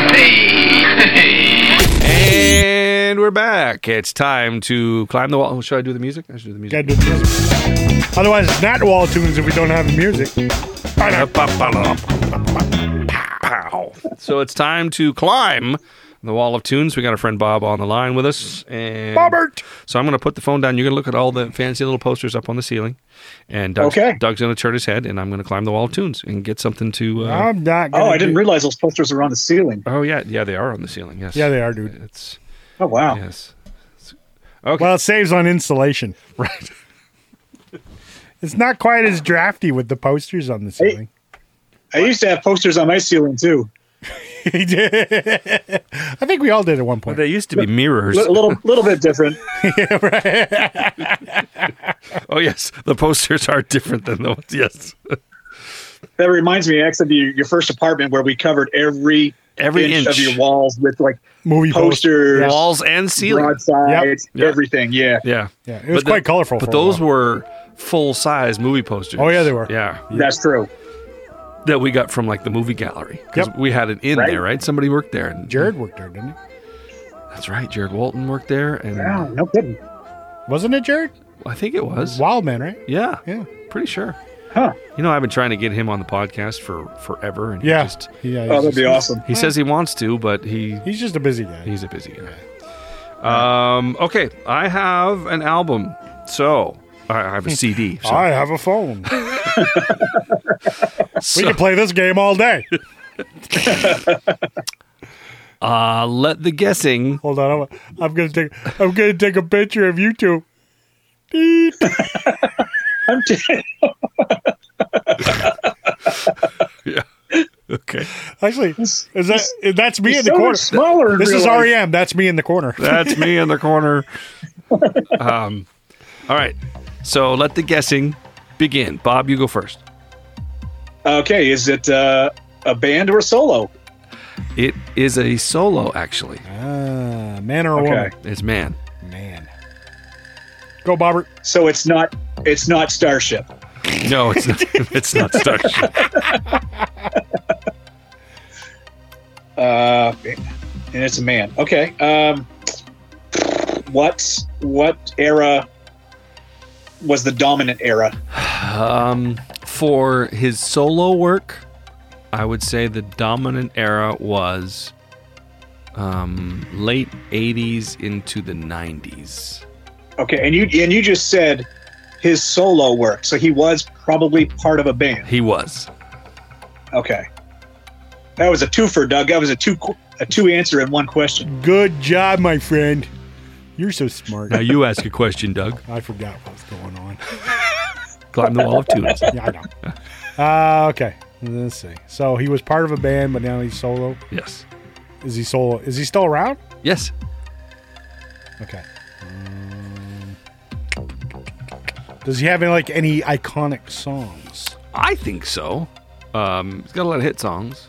[SPEAKER 1] And we're back. It's time to climb the wall. Oh, should I do the music? I should do the music.
[SPEAKER 4] Gotta do the music. Otherwise, it's not wall tunes if we don't have the music.
[SPEAKER 1] So it's time to climb the wall of tunes. We got our friend Bob on the line with us. And
[SPEAKER 4] Bobbert.
[SPEAKER 1] So I'm going to put the phone down. You're going to look at all the fancy little posters up on the ceiling. And Doug's,
[SPEAKER 8] Okay.
[SPEAKER 1] Doug's going to turn his head, and I'm going to climb the wall of tunes and get something to. Uh,
[SPEAKER 4] I'm not. Gonna
[SPEAKER 8] Oh, I didn't
[SPEAKER 4] do-
[SPEAKER 8] realize those posters were on the ceiling.
[SPEAKER 1] oh, yeah. Yeah, they are on the ceiling. Yes.
[SPEAKER 4] Yeah, they are, dude.
[SPEAKER 1] It's.
[SPEAKER 8] Oh wow.
[SPEAKER 1] Yes.
[SPEAKER 4] Well, it saves on installation.
[SPEAKER 1] Right.
[SPEAKER 4] It's not quite as drafty with the posters on the ceiling.
[SPEAKER 8] I used to have posters on my ceiling too.
[SPEAKER 4] He did. I think we all did at one point.
[SPEAKER 1] They used to be mirrors.
[SPEAKER 8] A little, little bit different.
[SPEAKER 1] Oh, yes. The posters are different than the ones. Yes.
[SPEAKER 8] That reminds me, actually, your, your first apartment where we covered every
[SPEAKER 1] Every inch.
[SPEAKER 8] of your walls with like
[SPEAKER 4] Movie
[SPEAKER 8] posters,
[SPEAKER 4] posters.
[SPEAKER 1] Walls and ceiling.
[SPEAKER 8] broadsides,
[SPEAKER 1] Yep.
[SPEAKER 8] everything. Yeah.
[SPEAKER 1] Yeah.
[SPEAKER 4] Yeah, it was
[SPEAKER 1] But the-
[SPEAKER 4] quite colorful
[SPEAKER 1] But
[SPEAKER 4] for a
[SPEAKER 1] those
[SPEAKER 4] while.
[SPEAKER 1] were full size movie posters.
[SPEAKER 4] Oh, yeah, they were.
[SPEAKER 1] Yeah.
[SPEAKER 8] that's true.
[SPEAKER 1] That we got from like the movie gallery. Because
[SPEAKER 4] Yep.
[SPEAKER 1] we had it in
[SPEAKER 8] Right.
[SPEAKER 1] there, right? Somebody worked there. And
[SPEAKER 4] Jared worked there, didn't he?
[SPEAKER 1] That's right. Jared Walton worked there. And
[SPEAKER 8] Wow, no kidding.
[SPEAKER 4] Wasn't it Jared?
[SPEAKER 1] I think it was.
[SPEAKER 4] Wildman, right?
[SPEAKER 1] Yeah.
[SPEAKER 4] Yeah.
[SPEAKER 1] Pretty sure.
[SPEAKER 8] Huh.
[SPEAKER 1] You know, I've been trying to get him on the podcast for forever. And he
[SPEAKER 4] Yeah.
[SPEAKER 1] just-
[SPEAKER 4] yeah he's
[SPEAKER 8] Oh, that'd
[SPEAKER 4] just-
[SPEAKER 8] be awesome.
[SPEAKER 1] he says he wants to, but he
[SPEAKER 4] He's just a busy guy.
[SPEAKER 1] He's a busy guy. Um, okay, I have an album. So I I have a CD. So,
[SPEAKER 4] I have a phone. we
[SPEAKER 1] so,
[SPEAKER 4] can play this game all day.
[SPEAKER 1] uh, let the guessing.
[SPEAKER 4] Hold on, I'm, I'm gonna take. I'm gonna take a picture of you two. Beep.
[SPEAKER 8] I'm t-
[SPEAKER 1] Yeah. Okay.
[SPEAKER 4] Actually, is that eh, that's me in the
[SPEAKER 8] so
[SPEAKER 4] corner?
[SPEAKER 8] much smaller in
[SPEAKER 4] This
[SPEAKER 8] real
[SPEAKER 4] is
[SPEAKER 8] life.
[SPEAKER 4] REM. That's me in the corner.
[SPEAKER 1] That's me in the corner. Um, all right. So let the guessing begin. Bob, you go first.
[SPEAKER 8] okay, is it uh, a band or a solo?
[SPEAKER 1] It is a solo, actually.
[SPEAKER 4] Ah, man or a
[SPEAKER 8] Okay.
[SPEAKER 4] woman?
[SPEAKER 1] It's man.
[SPEAKER 4] Man. Go, Bobbert.
[SPEAKER 8] So it's not. It's not Starship.
[SPEAKER 1] No, it's not. it's not Starship.
[SPEAKER 8] Uh, and it's a man. Okay. Um, what what era was the dominant era?
[SPEAKER 1] Um, for his solo work, I would say the dominant era was um, late '80s into the '90s.
[SPEAKER 8] Okay, and you and you just said his solo work, so he was probably part of a band.
[SPEAKER 1] He was.
[SPEAKER 8] Okay, that was a twofer, Doug. That was a two a two answer in one question.
[SPEAKER 4] Good job, my friend. You're so smart.
[SPEAKER 1] Now you ask a question, Doug.
[SPEAKER 4] I forgot what was going on.
[SPEAKER 1] Climb the wall of tunes.
[SPEAKER 4] Yeah, I know. Uh, okay. Let's see. So he was part of a band, but now he's solo.
[SPEAKER 1] Yes.
[SPEAKER 4] Is he solo? Is he still around?
[SPEAKER 1] Yes.
[SPEAKER 4] Okay. Um, does he have any like any iconic songs?
[SPEAKER 1] I think so. Um, he's got a lot of hit songs.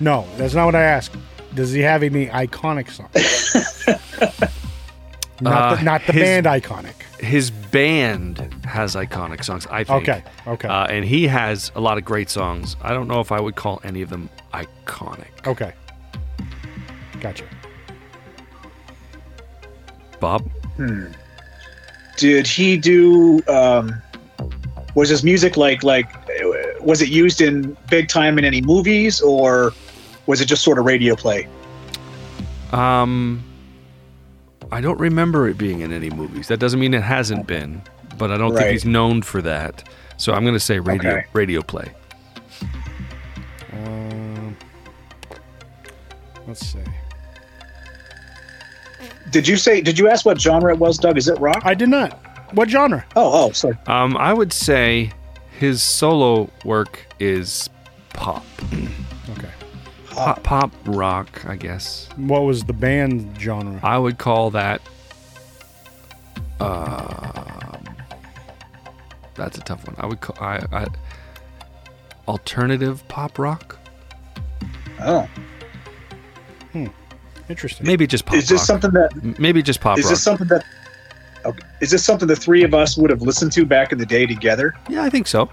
[SPEAKER 4] No, that's not what I asked. Does he have any iconic songs? not,
[SPEAKER 1] Uh,
[SPEAKER 4] the, not the
[SPEAKER 1] his-
[SPEAKER 4] band iconic.
[SPEAKER 1] His band has iconic songs. I think.
[SPEAKER 4] Okay. Okay.
[SPEAKER 1] Uh, and he has a lot of great songs. I don't know if I would call any of them iconic.
[SPEAKER 4] okay. Gotcha.
[SPEAKER 1] Bob.
[SPEAKER 8] Did he do? Um, was his music like like uh, was it used in big time in any movies, or was it just sort of radio play?
[SPEAKER 1] Um, I don't remember it being in any movies. That doesn't mean it hasn't been, but I don't think
[SPEAKER 8] Right.
[SPEAKER 1] he's known for that. So I'm going to say radio
[SPEAKER 8] Okay.
[SPEAKER 1] radio play.
[SPEAKER 4] Um, let's see.
[SPEAKER 8] Did you say? Did you ask what genre it was, Doug? Is it rock?
[SPEAKER 4] I did not. What genre?
[SPEAKER 8] oh, oh, sorry.
[SPEAKER 1] Um, I would say his solo work is pop.
[SPEAKER 4] Okay.
[SPEAKER 1] Pop, pop rock, I guess.
[SPEAKER 4] What was the band genre?
[SPEAKER 1] I would call that. Uh, that's a tough one. I would call I, I alternative pop rock.
[SPEAKER 8] Oh,
[SPEAKER 4] Interesting.
[SPEAKER 1] Maybe just pop.
[SPEAKER 8] is this
[SPEAKER 1] rock.
[SPEAKER 8] something that
[SPEAKER 1] M- Maybe just pop
[SPEAKER 8] is
[SPEAKER 1] rock.
[SPEAKER 8] this something that okay, is this something the three of us would have listened to back in the day together?
[SPEAKER 1] yeah, I think so.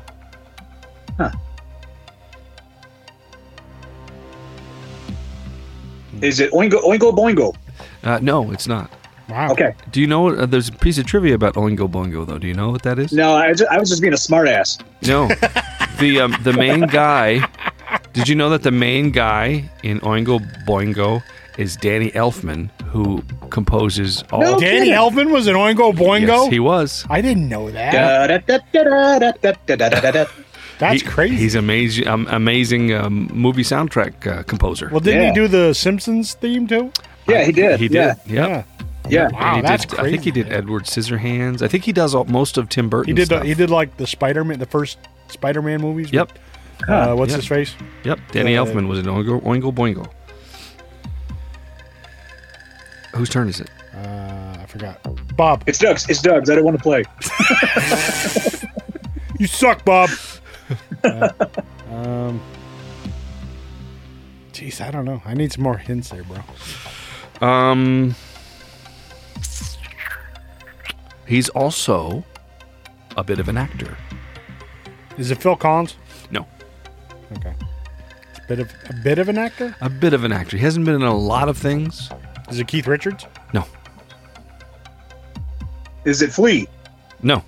[SPEAKER 8] Is it Oingo Oingo Boingo?
[SPEAKER 1] Uh, no, it's not.
[SPEAKER 4] Wow.
[SPEAKER 8] Okay,
[SPEAKER 1] Do you know? Uh, there's a piece of trivia about Oingo Boingo though. Do you know what that is?
[SPEAKER 8] no, I, ju- I was just being a smartass.
[SPEAKER 1] No. the um, the main guy. Did you know that the main guy in Oingo Boingo is Danny Elfman, who composes all?
[SPEAKER 8] No
[SPEAKER 4] Danny
[SPEAKER 8] kidding.
[SPEAKER 4] Elfman was an Oingo Boingo.
[SPEAKER 1] Yes, he was.
[SPEAKER 4] I didn't know that.
[SPEAKER 8] Da- da- da- da- da- da- da- da- da- da- da.
[SPEAKER 4] That's
[SPEAKER 1] He-
[SPEAKER 4] crazy.
[SPEAKER 1] He's amazing, um, amazing um, movie soundtrack uh, composer.
[SPEAKER 4] well, didn't
[SPEAKER 8] Yeah.
[SPEAKER 4] he do the Simpsons theme too?
[SPEAKER 8] Yeah, he did.
[SPEAKER 1] he
[SPEAKER 8] Yeah,
[SPEAKER 1] did. Yep.
[SPEAKER 8] yeah.
[SPEAKER 1] And
[SPEAKER 4] Wow,
[SPEAKER 1] he
[SPEAKER 4] that's
[SPEAKER 1] did, I think he did
[SPEAKER 4] crazy.
[SPEAKER 1] Edward Scissorhands. I think he does all, most of Tim Burton.
[SPEAKER 4] He did. The,
[SPEAKER 1] Stuff.
[SPEAKER 4] he did like the Spider-Man, the first Spider-Man movies.
[SPEAKER 1] Yep.
[SPEAKER 4] with, Uh, what's
[SPEAKER 1] yeah.
[SPEAKER 4] his face?
[SPEAKER 1] Yep. Danny
[SPEAKER 4] Uh,
[SPEAKER 1] Elfman was in Oingo, Oingo Boingo. Whose turn is it?
[SPEAKER 4] Uh, I forgot. Bob.
[SPEAKER 8] It's Doug's. It's Doug's. I don't want to play.
[SPEAKER 4] You suck, Bob. Uh, um. Jeez, I don't know. I need some more hints there, bro.
[SPEAKER 1] Um, he's also a bit of an actor.
[SPEAKER 4] Is it Phil Collins?
[SPEAKER 1] No,
[SPEAKER 4] Okay. It's a bit of a bit of an actor.
[SPEAKER 1] a bit of an actor. He hasn't been in a lot of things.
[SPEAKER 4] Is it Keith Richards?
[SPEAKER 1] No,
[SPEAKER 8] Is it Flea?
[SPEAKER 1] no.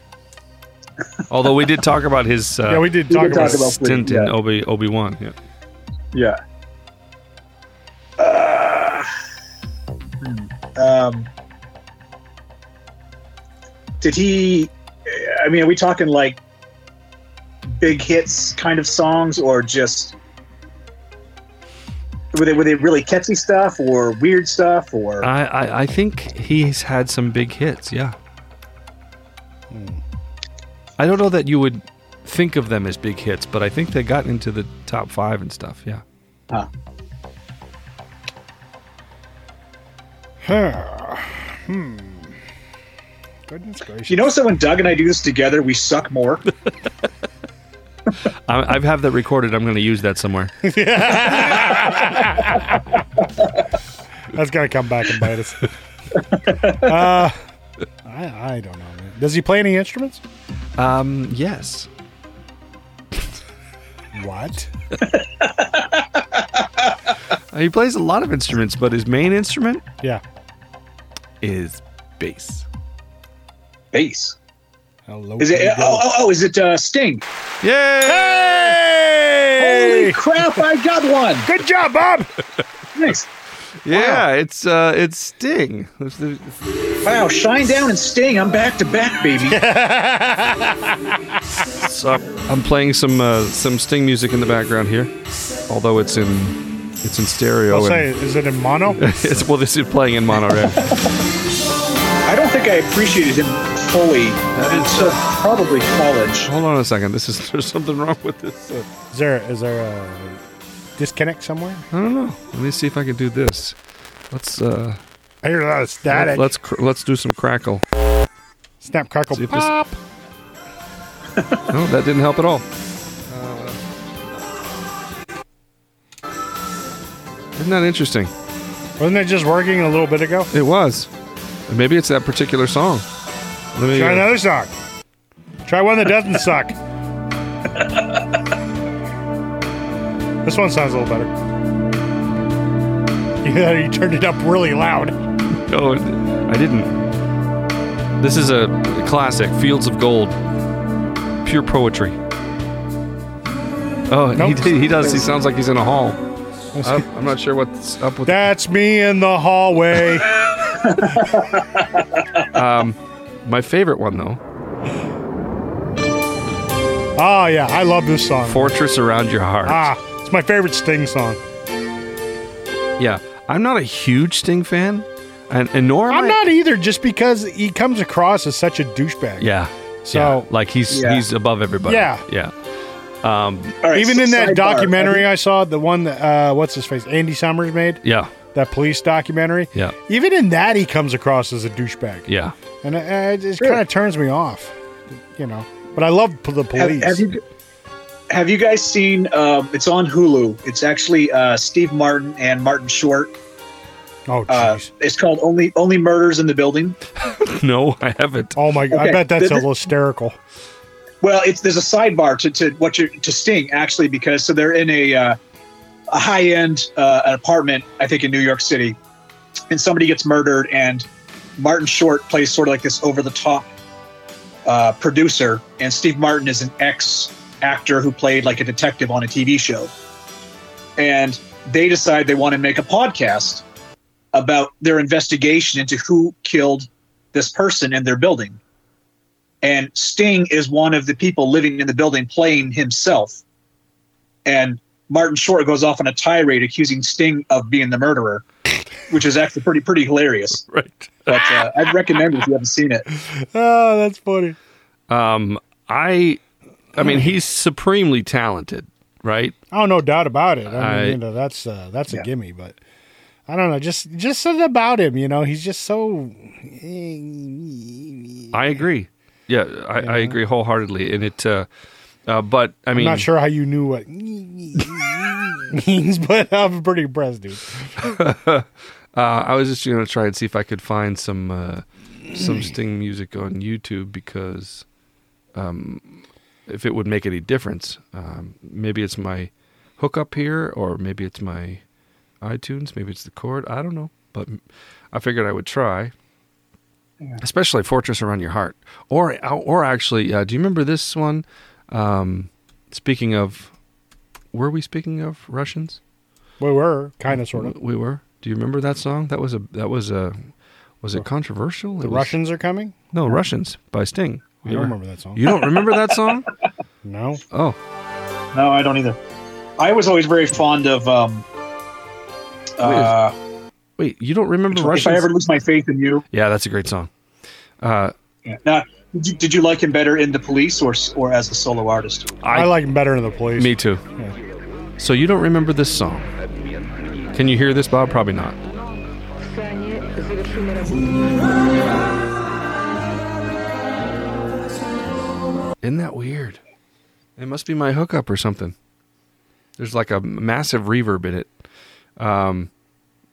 [SPEAKER 1] Although we did talk about his uh,
[SPEAKER 4] yeah, we did
[SPEAKER 8] we
[SPEAKER 4] talk
[SPEAKER 8] did
[SPEAKER 4] about.
[SPEAKER 8] talk about-
[SPEAKER 1] stint in
[SPEAKER 8] yeah.
[SPEAKER 1] Obi Obi Wan. Yeah.
[SPEAKER 8] Yeah. Uh, hmm, um, did he? I mean, are we talking like big hits kind of songs, or just were they were they really catchy stuff, or weird stuff, or
[SPEAKER 4] Uh,
[SPEAKER 1] I, I I think he's had some big hits. Yeah. Hmm. I don't know that you would think of them as big hits, but I think they got into the top five and stuff. Yeah.
[SPEAKER 4] Huh. Hmm. Goodness gracious.
[SPEAKER 8] you notice that when Doug and I do this together, we suck more.
[SPEAKER 1] I, I have that recorded. I'm going to use that somewhere.
[SPEAKER 4] That's gonna come back and bite us. uh, I, I don't know. Man. Does he play any instruments?
[SPEAKER 1] Um, yes.
[SPEAKER 4] What?
[SPEAKER 1] Uh, He plays a lot of instruments, but his main instrument
[SPEAKER 4] Yeah.
[SPEAKER 1] is bass.
[SPEAKER 8] Bass.
[SPEAKER 4] Hello.
[SPEAKER 8] Is it?
[SPEAKER 4] there
[SPEAKER 8] Oh,
[SPEAKER 4] you go.
[SPEAKER 8] oh, oh, is it uh, Sting?
[SPEAKER 1] Yay!
[SPEAKER 4] Hey!
[SPEAKER 8] Holy crap! I got one.
[SPEAKER 4] Good job, Bob.
[SPEAKER 8] Nice.
[SPEAKER 1] Yeah, it's uh, it's Sting. It's the-
[SPEAKER 8] Wow, Shine Down and Sting, I'm back to back, baby.
[SPEAKER 1] So I'm- I'm playing some uh, some Sting music in the background here, although it's in it's in stereo.
[SPEAKER 4] I'll
[SPEAKER 8] Oh,
[SPEAKER 1] and-
[SPEAKER 4] say, is it in mono?
[SPEAKER 1] it's well, this is playing in mono. right?
[SPEAKER 8] I don't think I appreciated him fully until probably college.
[SPEAKER 1] Hold on a second. This is there's something wrong with this. Uh,
[SPEAKER 4] Is there is there a disconnect somewhere?
[SPEAKER 1] I don't know. Let me see if I can do this. Let's uh,
[SPEAKER 4] I hear a lot of static.
[SPEAKER 1] let's cr- let's do some crackle.
[SPEAKER 4] snap, crackle,
[SPEAKER 1] see if this-
[SPEAKER 4] Oh, pop.
[SPEAKER 1] No, that didn't help at all. Isn't that interesting?
[SPEAKER 4] Wasn't that just working a little bit ago?
[SPEAKER 1] It was. Maybe it's that particular song. Let me- uh,
[SPEAKER 4] Try another song. Try one that doesn't suck. this one sounds a little better. Yeah, you turned it up really loud.
[SPEAKER 1] Oh, I didn't. This is a classic, Fields of Gold. Pure poetry. Oh, he
[SPEAKER 4] Nope.
[SPEAKER 1] he, he does. He sounds like he's in a hall. I'm, I'm not sure what's up with
[SPEAKER 4] That's me in the hallway.
[SPEAKER 1] My favorite one, though
[SPEAKER 4] oh yeah, I love this song.
[SPEAKER 1] Fortress Around Your Heart.
[SPEAKER 4] Ah, it's my favorite Sting song.
[SPEAKER 1] Yeah. I'm not a huge Sting fan. And, and nor am
[SPEAKER 4] I'm
[SPEAKER 1] I-
[SPEAKER 4] not either, just because he comes across as such a douchebag.
[SPEAKER 1] Yeah.
[SPEAKER 4] So-
[SPEAKER 1] yeah. like he's
[SPEAKER 8] Yeah.
[SPEAKER 1] he's above everybody.
[SPEAKER 4] Yeah.
[SPEAKER 1] Yeah.
[SPEAKER 8] All right,
[SPEAKER 4] Even
[SPEAKER 8] so
[SPEAKER 4] in that
[SPEAKER 8] sidebar,
[SPEAKER 4] documentary I saw, the one that uh, what's his face, Andy Summers made,
[SPEAKER 1] Yeah.
[SPEAKER 4] that police documentary.
[SPEAKER 1] Yeah.
[SPEAKER 4] Even in that, he comes across as a douchebag,
[SPEAKER 1] Yeah.
[SPEAKER 4] and it, it just kind of turns me off, you know. But I love p- the
[SPEAKER 8] have,
[SPEAKER 4] police.
[SPEAKER 8] have you, have you guys seen? Um, it's on Hulu. It's actually uh, Steve Martin and Martin Short.
[SPEAKER 4] oh
[SPEAKER 8] Uh,
[SPEAKER 4] jeez.
[SPEAKER 8] it's called Only Only Murders in the Building.
[SPEAKER 1] No, I haven't.
[SPEAKER 4] oh my! god! I
[SPEAKER 8] okay,
[SPEAKER 4] bet that's
[SPEAKER 8] th-
[SPEAKER 4] a little hysterical.
[SPEAKER 8] Well, it's there's a sidebar to, to what you to Sting actually because so they're in a uh, a high end uh, an apartment I think in New York City, and somebody gets murdered and Martin Short plays sort of like this over the top uh, producer and Steve Martin is an ex actor who played like a detective on a TV show, and they decide they want to make a podcast about their investigation into who killed this person in their building and Sting is one of the people living in the building playing himself. And Martin Short goes off on a tirade accusing Sting of being the murderer, which is actually pretty pretty hilarious.
[SPEAKER 1] Right.
[SPEAKER 8] But uh, I'd recommend it if you haven't seen it.
[SPEAKER 4] Oh, that's funny.
[SPEAKER 1] Um I I mean he's supremely talented, right?
[SPEAKER 4] Oh, no doubt about it. I mean,
[SPEAKER 1] I-
[SPEAKER 4] you know, that's uh, that's a
[SPEAKER 8] Yeah.
[SPEAKER 4] gimme, but I don't know, just just something about him. You know, he's just so. I'm
[SPEAKER 1] I agree. Yeah, I, I agree wholeheartedly. And it uh, uh but I mean
[SPEAKER 4] not sure how you knew what means, but I'm pretty impressed, dude.
[SPEAKER 1] Uh, I was just going to try and see if I could find some uh, some Sting music on YouTube because um, if it would make any difference, um, maybe it's my hookup here, or maybe it's my iTunes, maybe it's the chord. I don't know, but I figured I would try. Especially "Fortress Around Your Heart," or or actually, uh, do you remember this one? Um, speaking of, were we speaking of Russians?
[SPEAKER 4] We were kind of sort of.
[SPEAKER 1] W- We were. Do you remember that song? That was a that was a was it controversial? It
[SPEAKER 4] The
[SPEAKER 1] was-
[SPEAKER 4] Russians are coming.
[SPEAKER 1] No, Russians by Sting.
[SPEAKER 4] I don't remember that song.
[SPEAKER 1] You don't remember that song?
[SPEAKER 4] No,
[SPEAKER 1] Oh,
[SPEAKER 8] No, I don't either. I was always very fond of. Um, uh,
[SPEAKER 1] wait, you don't remember
[SPEAKER 8] if
[SPEAKER 1] Russians?
[SPEAKER 8] I ever lose my faith in you,
[SPEAKER 1] Yeah, that's a great song.
[SPEAKER 8] now did you, did you like him better in the police or s- or as a solo artist?
[SPEAKER 4] I,
[SPEAKER 1] I,
[SPEAKER 4] like him better in the police.
[SPEAKER 1] me too. So you don't remember this song? Can you hear this, Bob? Probably not. Isn't that weird? It must be my hookup or something. There's like a massive reverb in it. Um,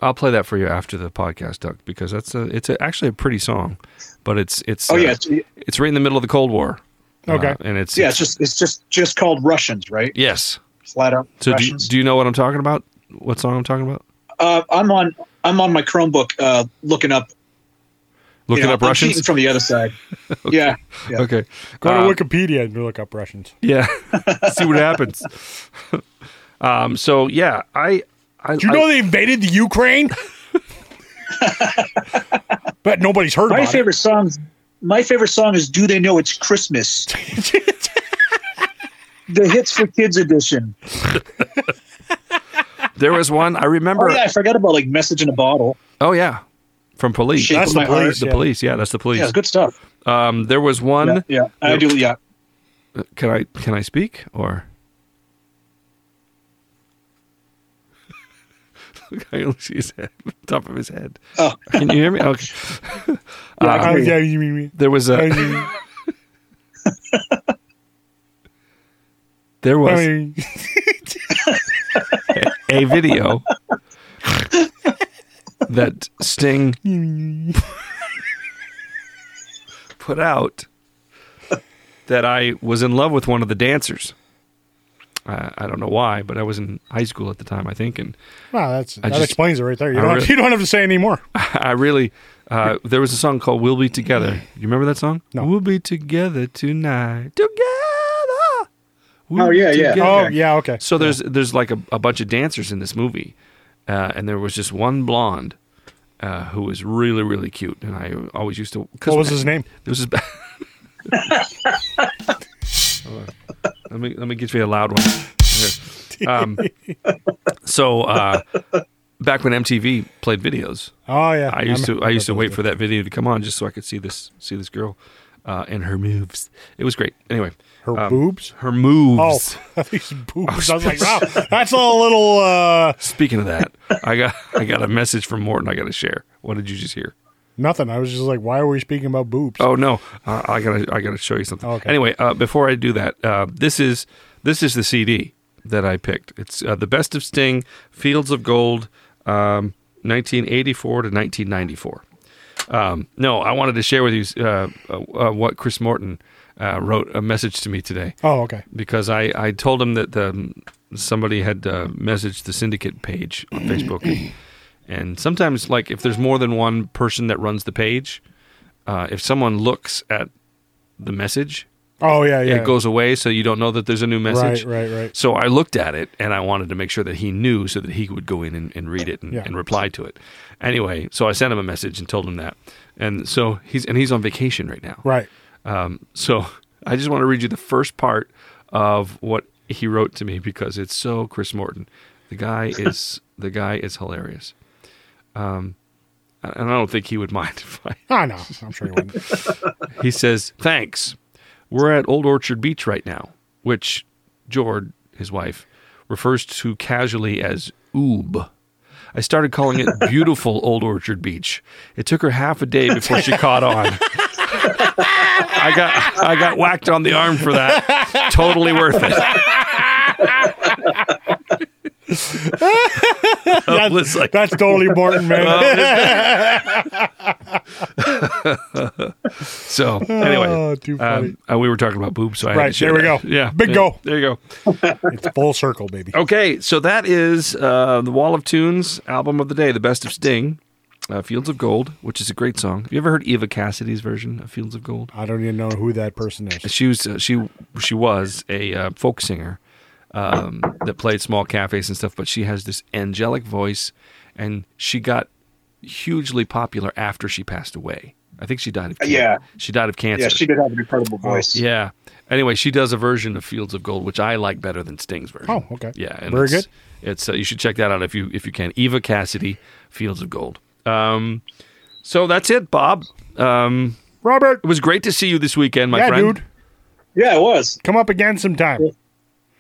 [SPEAKER 1] I'll play that for you after the podcast, Doug, because that's a it's a, actually a pretty song, but it's it's
[SPEAKER 8] Oh
[SPEAKER 1] uh,
[SPEAKER 8] yeah, it's, yeah,
[SPEAKER 1] it's right in the middle of the Cold War.
[SPEAKER 4] Okay.
[SPEAKER 1] Uh, and it's
[SPEAKER 8] it's just it's just just called Russians, right?
[SPEAKER 1] yes.
[SPEAKER 8] Flat out.
[SPEAKER 1] So do you,
[SPEAKER 8] Russians.
[SPEAKER 1] do you know what I'm talking about? What song I'm talking about?
[SPEAKER 8] uh, I'm on I'm on my Chromebook uh, looking up
[SPEAKER 1] Look
[SPEAKER 8] you
[SPEAKER 1] it
[SPEAKER 8] know,
[SPEAKER 1] up,
[SPEAKER 8] I'm
[SPEAKER 1] Russians.
[SPEAKER 8] cheating from the other side. Yeah. yeah.
[SPEAKER 1] Okay.
[SPEAKER 4] Go
[SPEAKER 1] Uh,
[SPEAKER 4] to Wikipedia and look up Russians.
[SPEAKER 1] Yeah. See what happens. um, so yeah, I, I,
[SPEAKER 4] Do you
[SPEAKER 1] I-
[SPEAKER 4] know they invaded the Ukraine? Bet nobody's heard
[SPEAKER 8] My
[SPEAKER 4] about
[SPEAKER 8] favorite songs. My favorite song is "Do They Know It's Christmas,"
[SPEAKER 4] it.
[SPEAKER 8] the hits for kids edition.
[SPEAKER 1] there was one I remember. oh,
[SPEAKER 8] Oh yeah, I forgot about like "Message in a Bottle."
[SPEAKER 1] from police.
[SPEAKER 8] Shape
[SPEAKER 4] That's
[SPEAKER 8] of
[SPEAKER 4] the
[SPEAKER 8] my
[SPEAKER 4] police,
[SPEAKER 1] the
[SPEAKER 8] Heart.
[SPEAKER 4] yeah.
[SPEAKER 1] police. Yeah, that's the police.
[SPEAKER 8] Yeah, it's good stuff.
[SPEAKER 1] Um, there was
[SPEAKER 8] Yeah,
[SPEAKER 1] one.
[SPEAKER 8] yeah. I do. Yeah,
[SPEAKER 1] Can I can I speak or? Look, I only see his head, top of his head.
[SPEAKER 8] Oh.
[SPEAKER 1] Can you hear me? Okay. Um,
[SPEAKER 8] yeah, I
[SPEAKER 4] Oh,
[SPEAKER 8] can
[SPEAKER 4] yeah,
[SPEAKER 8] hear you.
[SPEAKER 4] you mean me?
[SPEAKER 1] There was
[SPEAKER 4] Oh,
[SPEAKER 1] a.
[SPEAKER 4] you mean-
[SPEAKER 1] There
[SPEAKER 4] oh,
[SPEAKER 1] was.
[SPEAKER 4] you mean-
[SPEAKER 1] a video that Sting put out that I was in love with one of the dancers. Uh, I don't know why, but I was in high school at the time, I think, and
[SPEAKER 4] Wow, that's that
[SPEAKER 1] just-
[SPEAKER 4] explains it right there. You
[SPEAKER 1] I
[SPEAKER 4] don't,
[SPEAKER 1] really-
[SPEAKER 4] you don't have to say any more.
[SPEAKER 1] I really uh, there was a song called "We'll Be Together." You remember that song?
[SPEAKER 4] No.
[SPEAKER 1] We'll be together tonight. Together. We'll
[SPEAKER 8] Oh,
[SPEAKER 1] be
[SPEAKER 8] yeah, yeah.
[SPEAKER 1] together.
[SPEAKER 4] Oh yeah, okay.
[SPEAKER 1] So there's there's like a, a bunch of dancers in this movie, uh, and there was just one blonde uh, who was really really cute, and I always used to.
[SPEAKER 4] What was his name?
[SPEAKER 1] There was his. Hold on. let me let me get you a loud one. Here. Um, so uh, back when MTV played videos.
[SPEAKER 4] Oh yeah,
[SPEAKER 1] I used to I used to wait for that video to come on just so I could see this see this girl uh, and her moves. It was great. Anyway,
[SPEAKER 4] her
[SPEAKER 1] um,
[SPEAKER 4] boobs.
[SPEAKER 1] her
[SPEAKER 4] Oh,
[SPEAKER 1] moves.
[SPEAKER 4] these boobs! I was like, wow, that's a little. uh
[SPEAKER 1] Speaking of that, I got I got a message from Morton. I got to share. What did you just hear?
[SPEAKER 4] Nothing. I was just like, why are we speaking about boobs?
[SPEAKER 1] Oh no, uh, I gotta I gotta show you something.
[SPEAKER 4] Okay.
[SPEAKER 1] Anyway, uh, before I do that, uh, this is this is the CD that I picked. It's uh, the best of Sting, Fields of Gold, um, 1984 to 1994. Um, no, I wanted to share with you uh, uh, uh, what Chris Morton uh, wrote a message to me today
[SPEAKER 4] Oh, okay.
[SPEAKER 1] because I, I told him that um, somebody had uh, messaged the syndicate page on Facebook. and sometimes, like, if there's more than one person that runs the page, uh, if someone looks at the message,
[SPEAKER 4] Oh yeah, yeah.
[SPEAKER 1] it goes away so you don't know that there's a new message.
[SPEAKER 4] Right, right, right.
[SPEAKER 1] So I looked at it and I wanted to make sure that he knew so that he would go in and, and read it and,
[SPEAKER 4] Yeah.
[SPEAKER 1] and reply to it. Anyway, so I sent him a message and told him that. And so he's and he's on vacation right now.
[SPEAKER 4] right.
[SPEAKER 1] So I just want to read you the first part of what he wrote to me because it's so Chris Morton. The guy is the guy is hilarious. Um, and I don't think he would mind if I
[SPEAKER 4] I know. Ah, I'm sure you wouldn't.
[SPEAKER 1] he says, Thanks. We're at Old Orchard Beach right now, which Jord, his wife, refers to casually as oob. I started calling it beautiful Old Orchard Beach. It took her half a day before she caught on. I got I got whacked on the arm for that. Totally worth it. I was like,
[SPEAKER 4] That's totally Morton, man.
[SPEAKER 1] so anyway,
[SPEAKER 4] Oh, too funny.
[SPEAKER 1] um, uh, we were talking about boobs, so I had to
[SPEAKER 4] Right,
[SPEAKER 1] share
[SPEAKER 4] there we
[SPEAKER 1] that.
[SPEAKER 4] go.
[SPEAKER 1] Yeah,
[SPEAKER 4] Big
[SPEAKER 1] yeah,
[SPEAKER 4] goal.
[SPEAKER 1] There you go.
[SPEAKER 4] it's full circle, baby.
[SPEAKER 1] Okay, so that is uh, the Wall of Tunes album of the day, the best of Sting, uh, Fields of Gold, which is a great song. Have you ever heard Eva Cassidy's version of Fields of Gold?
[SPEAKER 4] I don't even know who that person is.
[SPEAKER 1] She was uh, she she was a uh, folk singer um, that played small cafes and stuff, but she has this angelic voice, and she got hugely popular after she passed away. I think she died of cancer.
[SPEAKER 8] Uh, Yeah.
[SPEAKER 1] she died of cancer.
[SPEAKER 8] Yeah, she did have an incredible voice.
[SPEAKER 1] Oh, Yeah. Anyway, she does a version of Fields of Gold, which I like better than Sting's version.
[SPEAKER 4] Oh, okay.
[SPEAKER 1] Yeah,
[SPEAKER 4] Very
[SPEAKER 1] it's-
[SPEAKER 4] good.
[SPEAKER 1] It's uh, you should check that out if you if you can. Eva Cassidy, Fields of Gold. Um, so that's it, Bob. Um,
[SPEAKER 4] Robert,
[SPEAKER 1] it was great to see you this weekend, my
[SPEAKER 4] yeah,
[SPEAKER 1] friend.
[SPEAKER 4] dude,
[SPEAKER 8] Yeah, it was.
[SPEAKER 4] come up again sometime.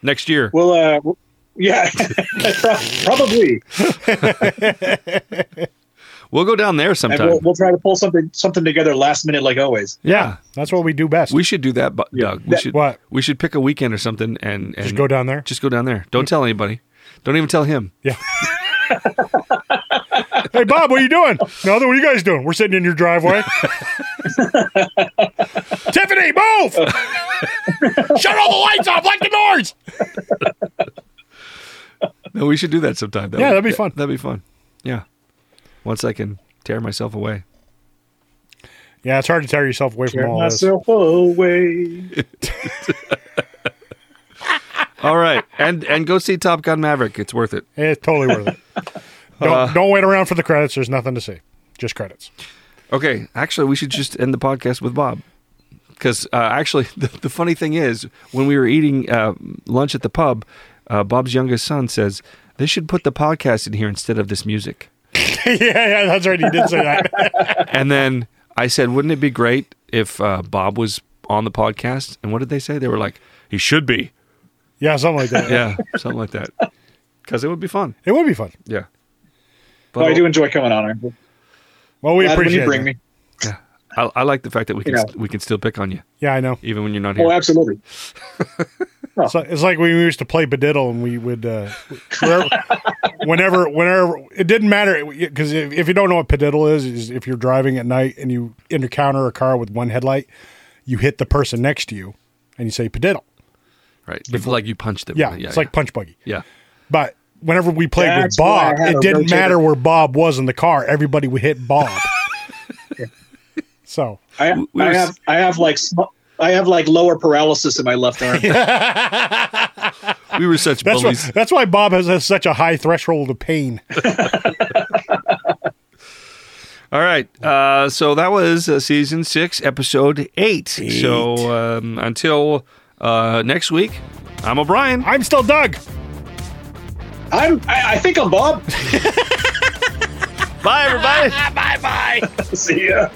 [SPEAKER 1] Next year,
[SPEAKER 8] Well, uh, w- yeah, pro- probably.
[SPEAKER 1] we'll go down there
[SPEAKER 8] And
[SPEAKER 1] sometime.
[SPEAKER 8] we'll, we'll try to pull something something together last minute, like always.
[SPEAKER 1] yeah,
[SPEAKER 4] That's what we do best.
[SPEAKER 1] we should do that, but Doug. We
[SPEAKER 8] That-
[SPEAKER 1] should
[SPEAKER 4] What?
[SPEAKER 1] we should pick a weekend or something and, and
[SPEAKER 4] just go down there.
[SPEAKER 1] Just go down there. Don't tell anybody. Don't even tell him.
[SPEAKER 4] hey, Bob, what are you doing? No, what are you guys doing? We're sitting in your driveway. Tiffany, move! Shut all the lights off, like the doors.
[SPEAKER 1] No, we should do that sometime. That
[SPEAKER 4] Yeah,
[SPEAKER 1] would-
[SPEAKER 4] that'd be fun.
[SPEAKER 1] That'd be fun. Yeah. Once I can tear myself away.
[SPEAKER 4] Yeah, it's hard to tear yourself away from all this.
[SPEAKER 8] myself away.
[SPEAKER 1] All right, and and go see Top Gun Maverick. It's worth it.
[SPEAKER 4] It's totally worth it. Don't
[SPEAKER 1] Uh,
[SPEAKER 4] don't wait around for the credits. There's nothing to see. Just credits.
[SPEAKER 1] Okay, actually, we should just end the podcast with Bob because uh, actually, the, the funny thing is, when we were eating uh, lunch at the pub, uh, Bob's youngest son says they should put the podcast in here instead of this music.
[SPEAKER 4] yeah, yeah, that's right. He did say that.
[SPEAKER 1] And then I said, wouldn't it be great if uh, Bob was on the podcast? And what did they say? They were like, he should be.
[SPEAKER 4] yeah, something like that.
[SPEAKER 1] Yeah, something like that. Because it would be fun.
[SPEAKER 4] It would be fun.
[SPEAKER 1] Yeah. But
[SPEAKER 8] Well, I do enjoy coming on. I'm
[SPEAKER 4] Well, we
[SPEAKER 8] glad when
[SPEAKER 4] appreciate
[SPEAKER 8] you bring
[SPEAKER 4] that.
[SPEAKER 8] me.
[SPEAKER 1] I, I like the fact that we can
[SPEAKER 8] Yeah.
[SPEAKER 1] st- we can still pick on you
[SPEAKER 4] Yeah, I know.
[SPEAKER 1] even when you're not here.
[SPEAKER 8] Oh, absolutely.
[SPEAKER 4] It's like, it's like we used to play bediddle, and we would uh, wherever, whenever, whenever it didn't matter because if, if you don't know what pediddle is, is if you're driving at night and you encounter a car with one headlight, you hit the person next to you, and you say pediddle.
[SPEAKER 1] Right. Before, like you punch them.
[SPEAKER 4] Yeah, it's like punch buggy.
[SPEAKER 1] yeah.
[SPEAKER 4] But whenever we played
[SPEAKER 8] That's
[SPEAKER 4] with Bob,
[SPEAKER 8] why I had
[SPEAKER 4] it
[SPEAKER 8] a
[SPEAKER 4] didn't
[SPEAKER 8] rotator-
[SPEAKER 4] matter where Bob was in the car. Everybody would hit Bob. so
[SPEAKER 8] I,
[SPEAKER 1] We were
[SPEAKER 8] I
[SPEAKER 1] s-
[SPEAKER 8] have I have like sm- I have like lower paralysis in my left arm.
[SPEAKER 1] We were such
[SPEAKER 4] that's why,
[SPEAKER 1] bullies.
[SPEAKER 4] that's why Bob has, has such a high threshold of pain.
[SPEAKER 1] All right. Uh, so that was uh, season six, episode eight. So um, until uh, next week, I'm O'Brien.
[SPEAKER 4] I'm still Doug.
[SPEAKER 8] I'm I, I think I'm Bob.
[SPEAKER 9] Bye, everybody.
[SPEAKER 8] See ya.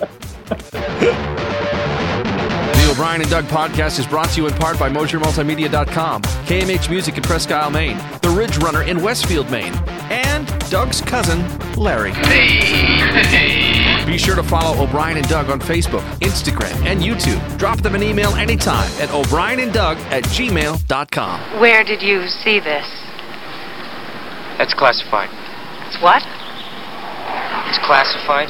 [SPEAKER 9] The O'Brien and Doug podcast is brought to you in part by MosierMultimedia.com, KMH Music in Presque Isle, Maine, The Ridge Runner in Westfield, Maine, and Doug's cousin, Larry. Be sure to follow O'Brien and Doug on Facebook, Instagram, and YouTube. Drop them an email anytime at O'Brien and Doug at gmail.com.
[SPEAKER 10] Where did you see this?
[SPEAKER 2] That's classified.
[SPEAKER 10] It's what?
[SPEAKER 2] It's classified.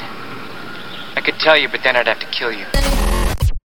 [SPEAKER 2] I could tell you, but then I'd have to kill you.
[SPEAKER 11] Thank you.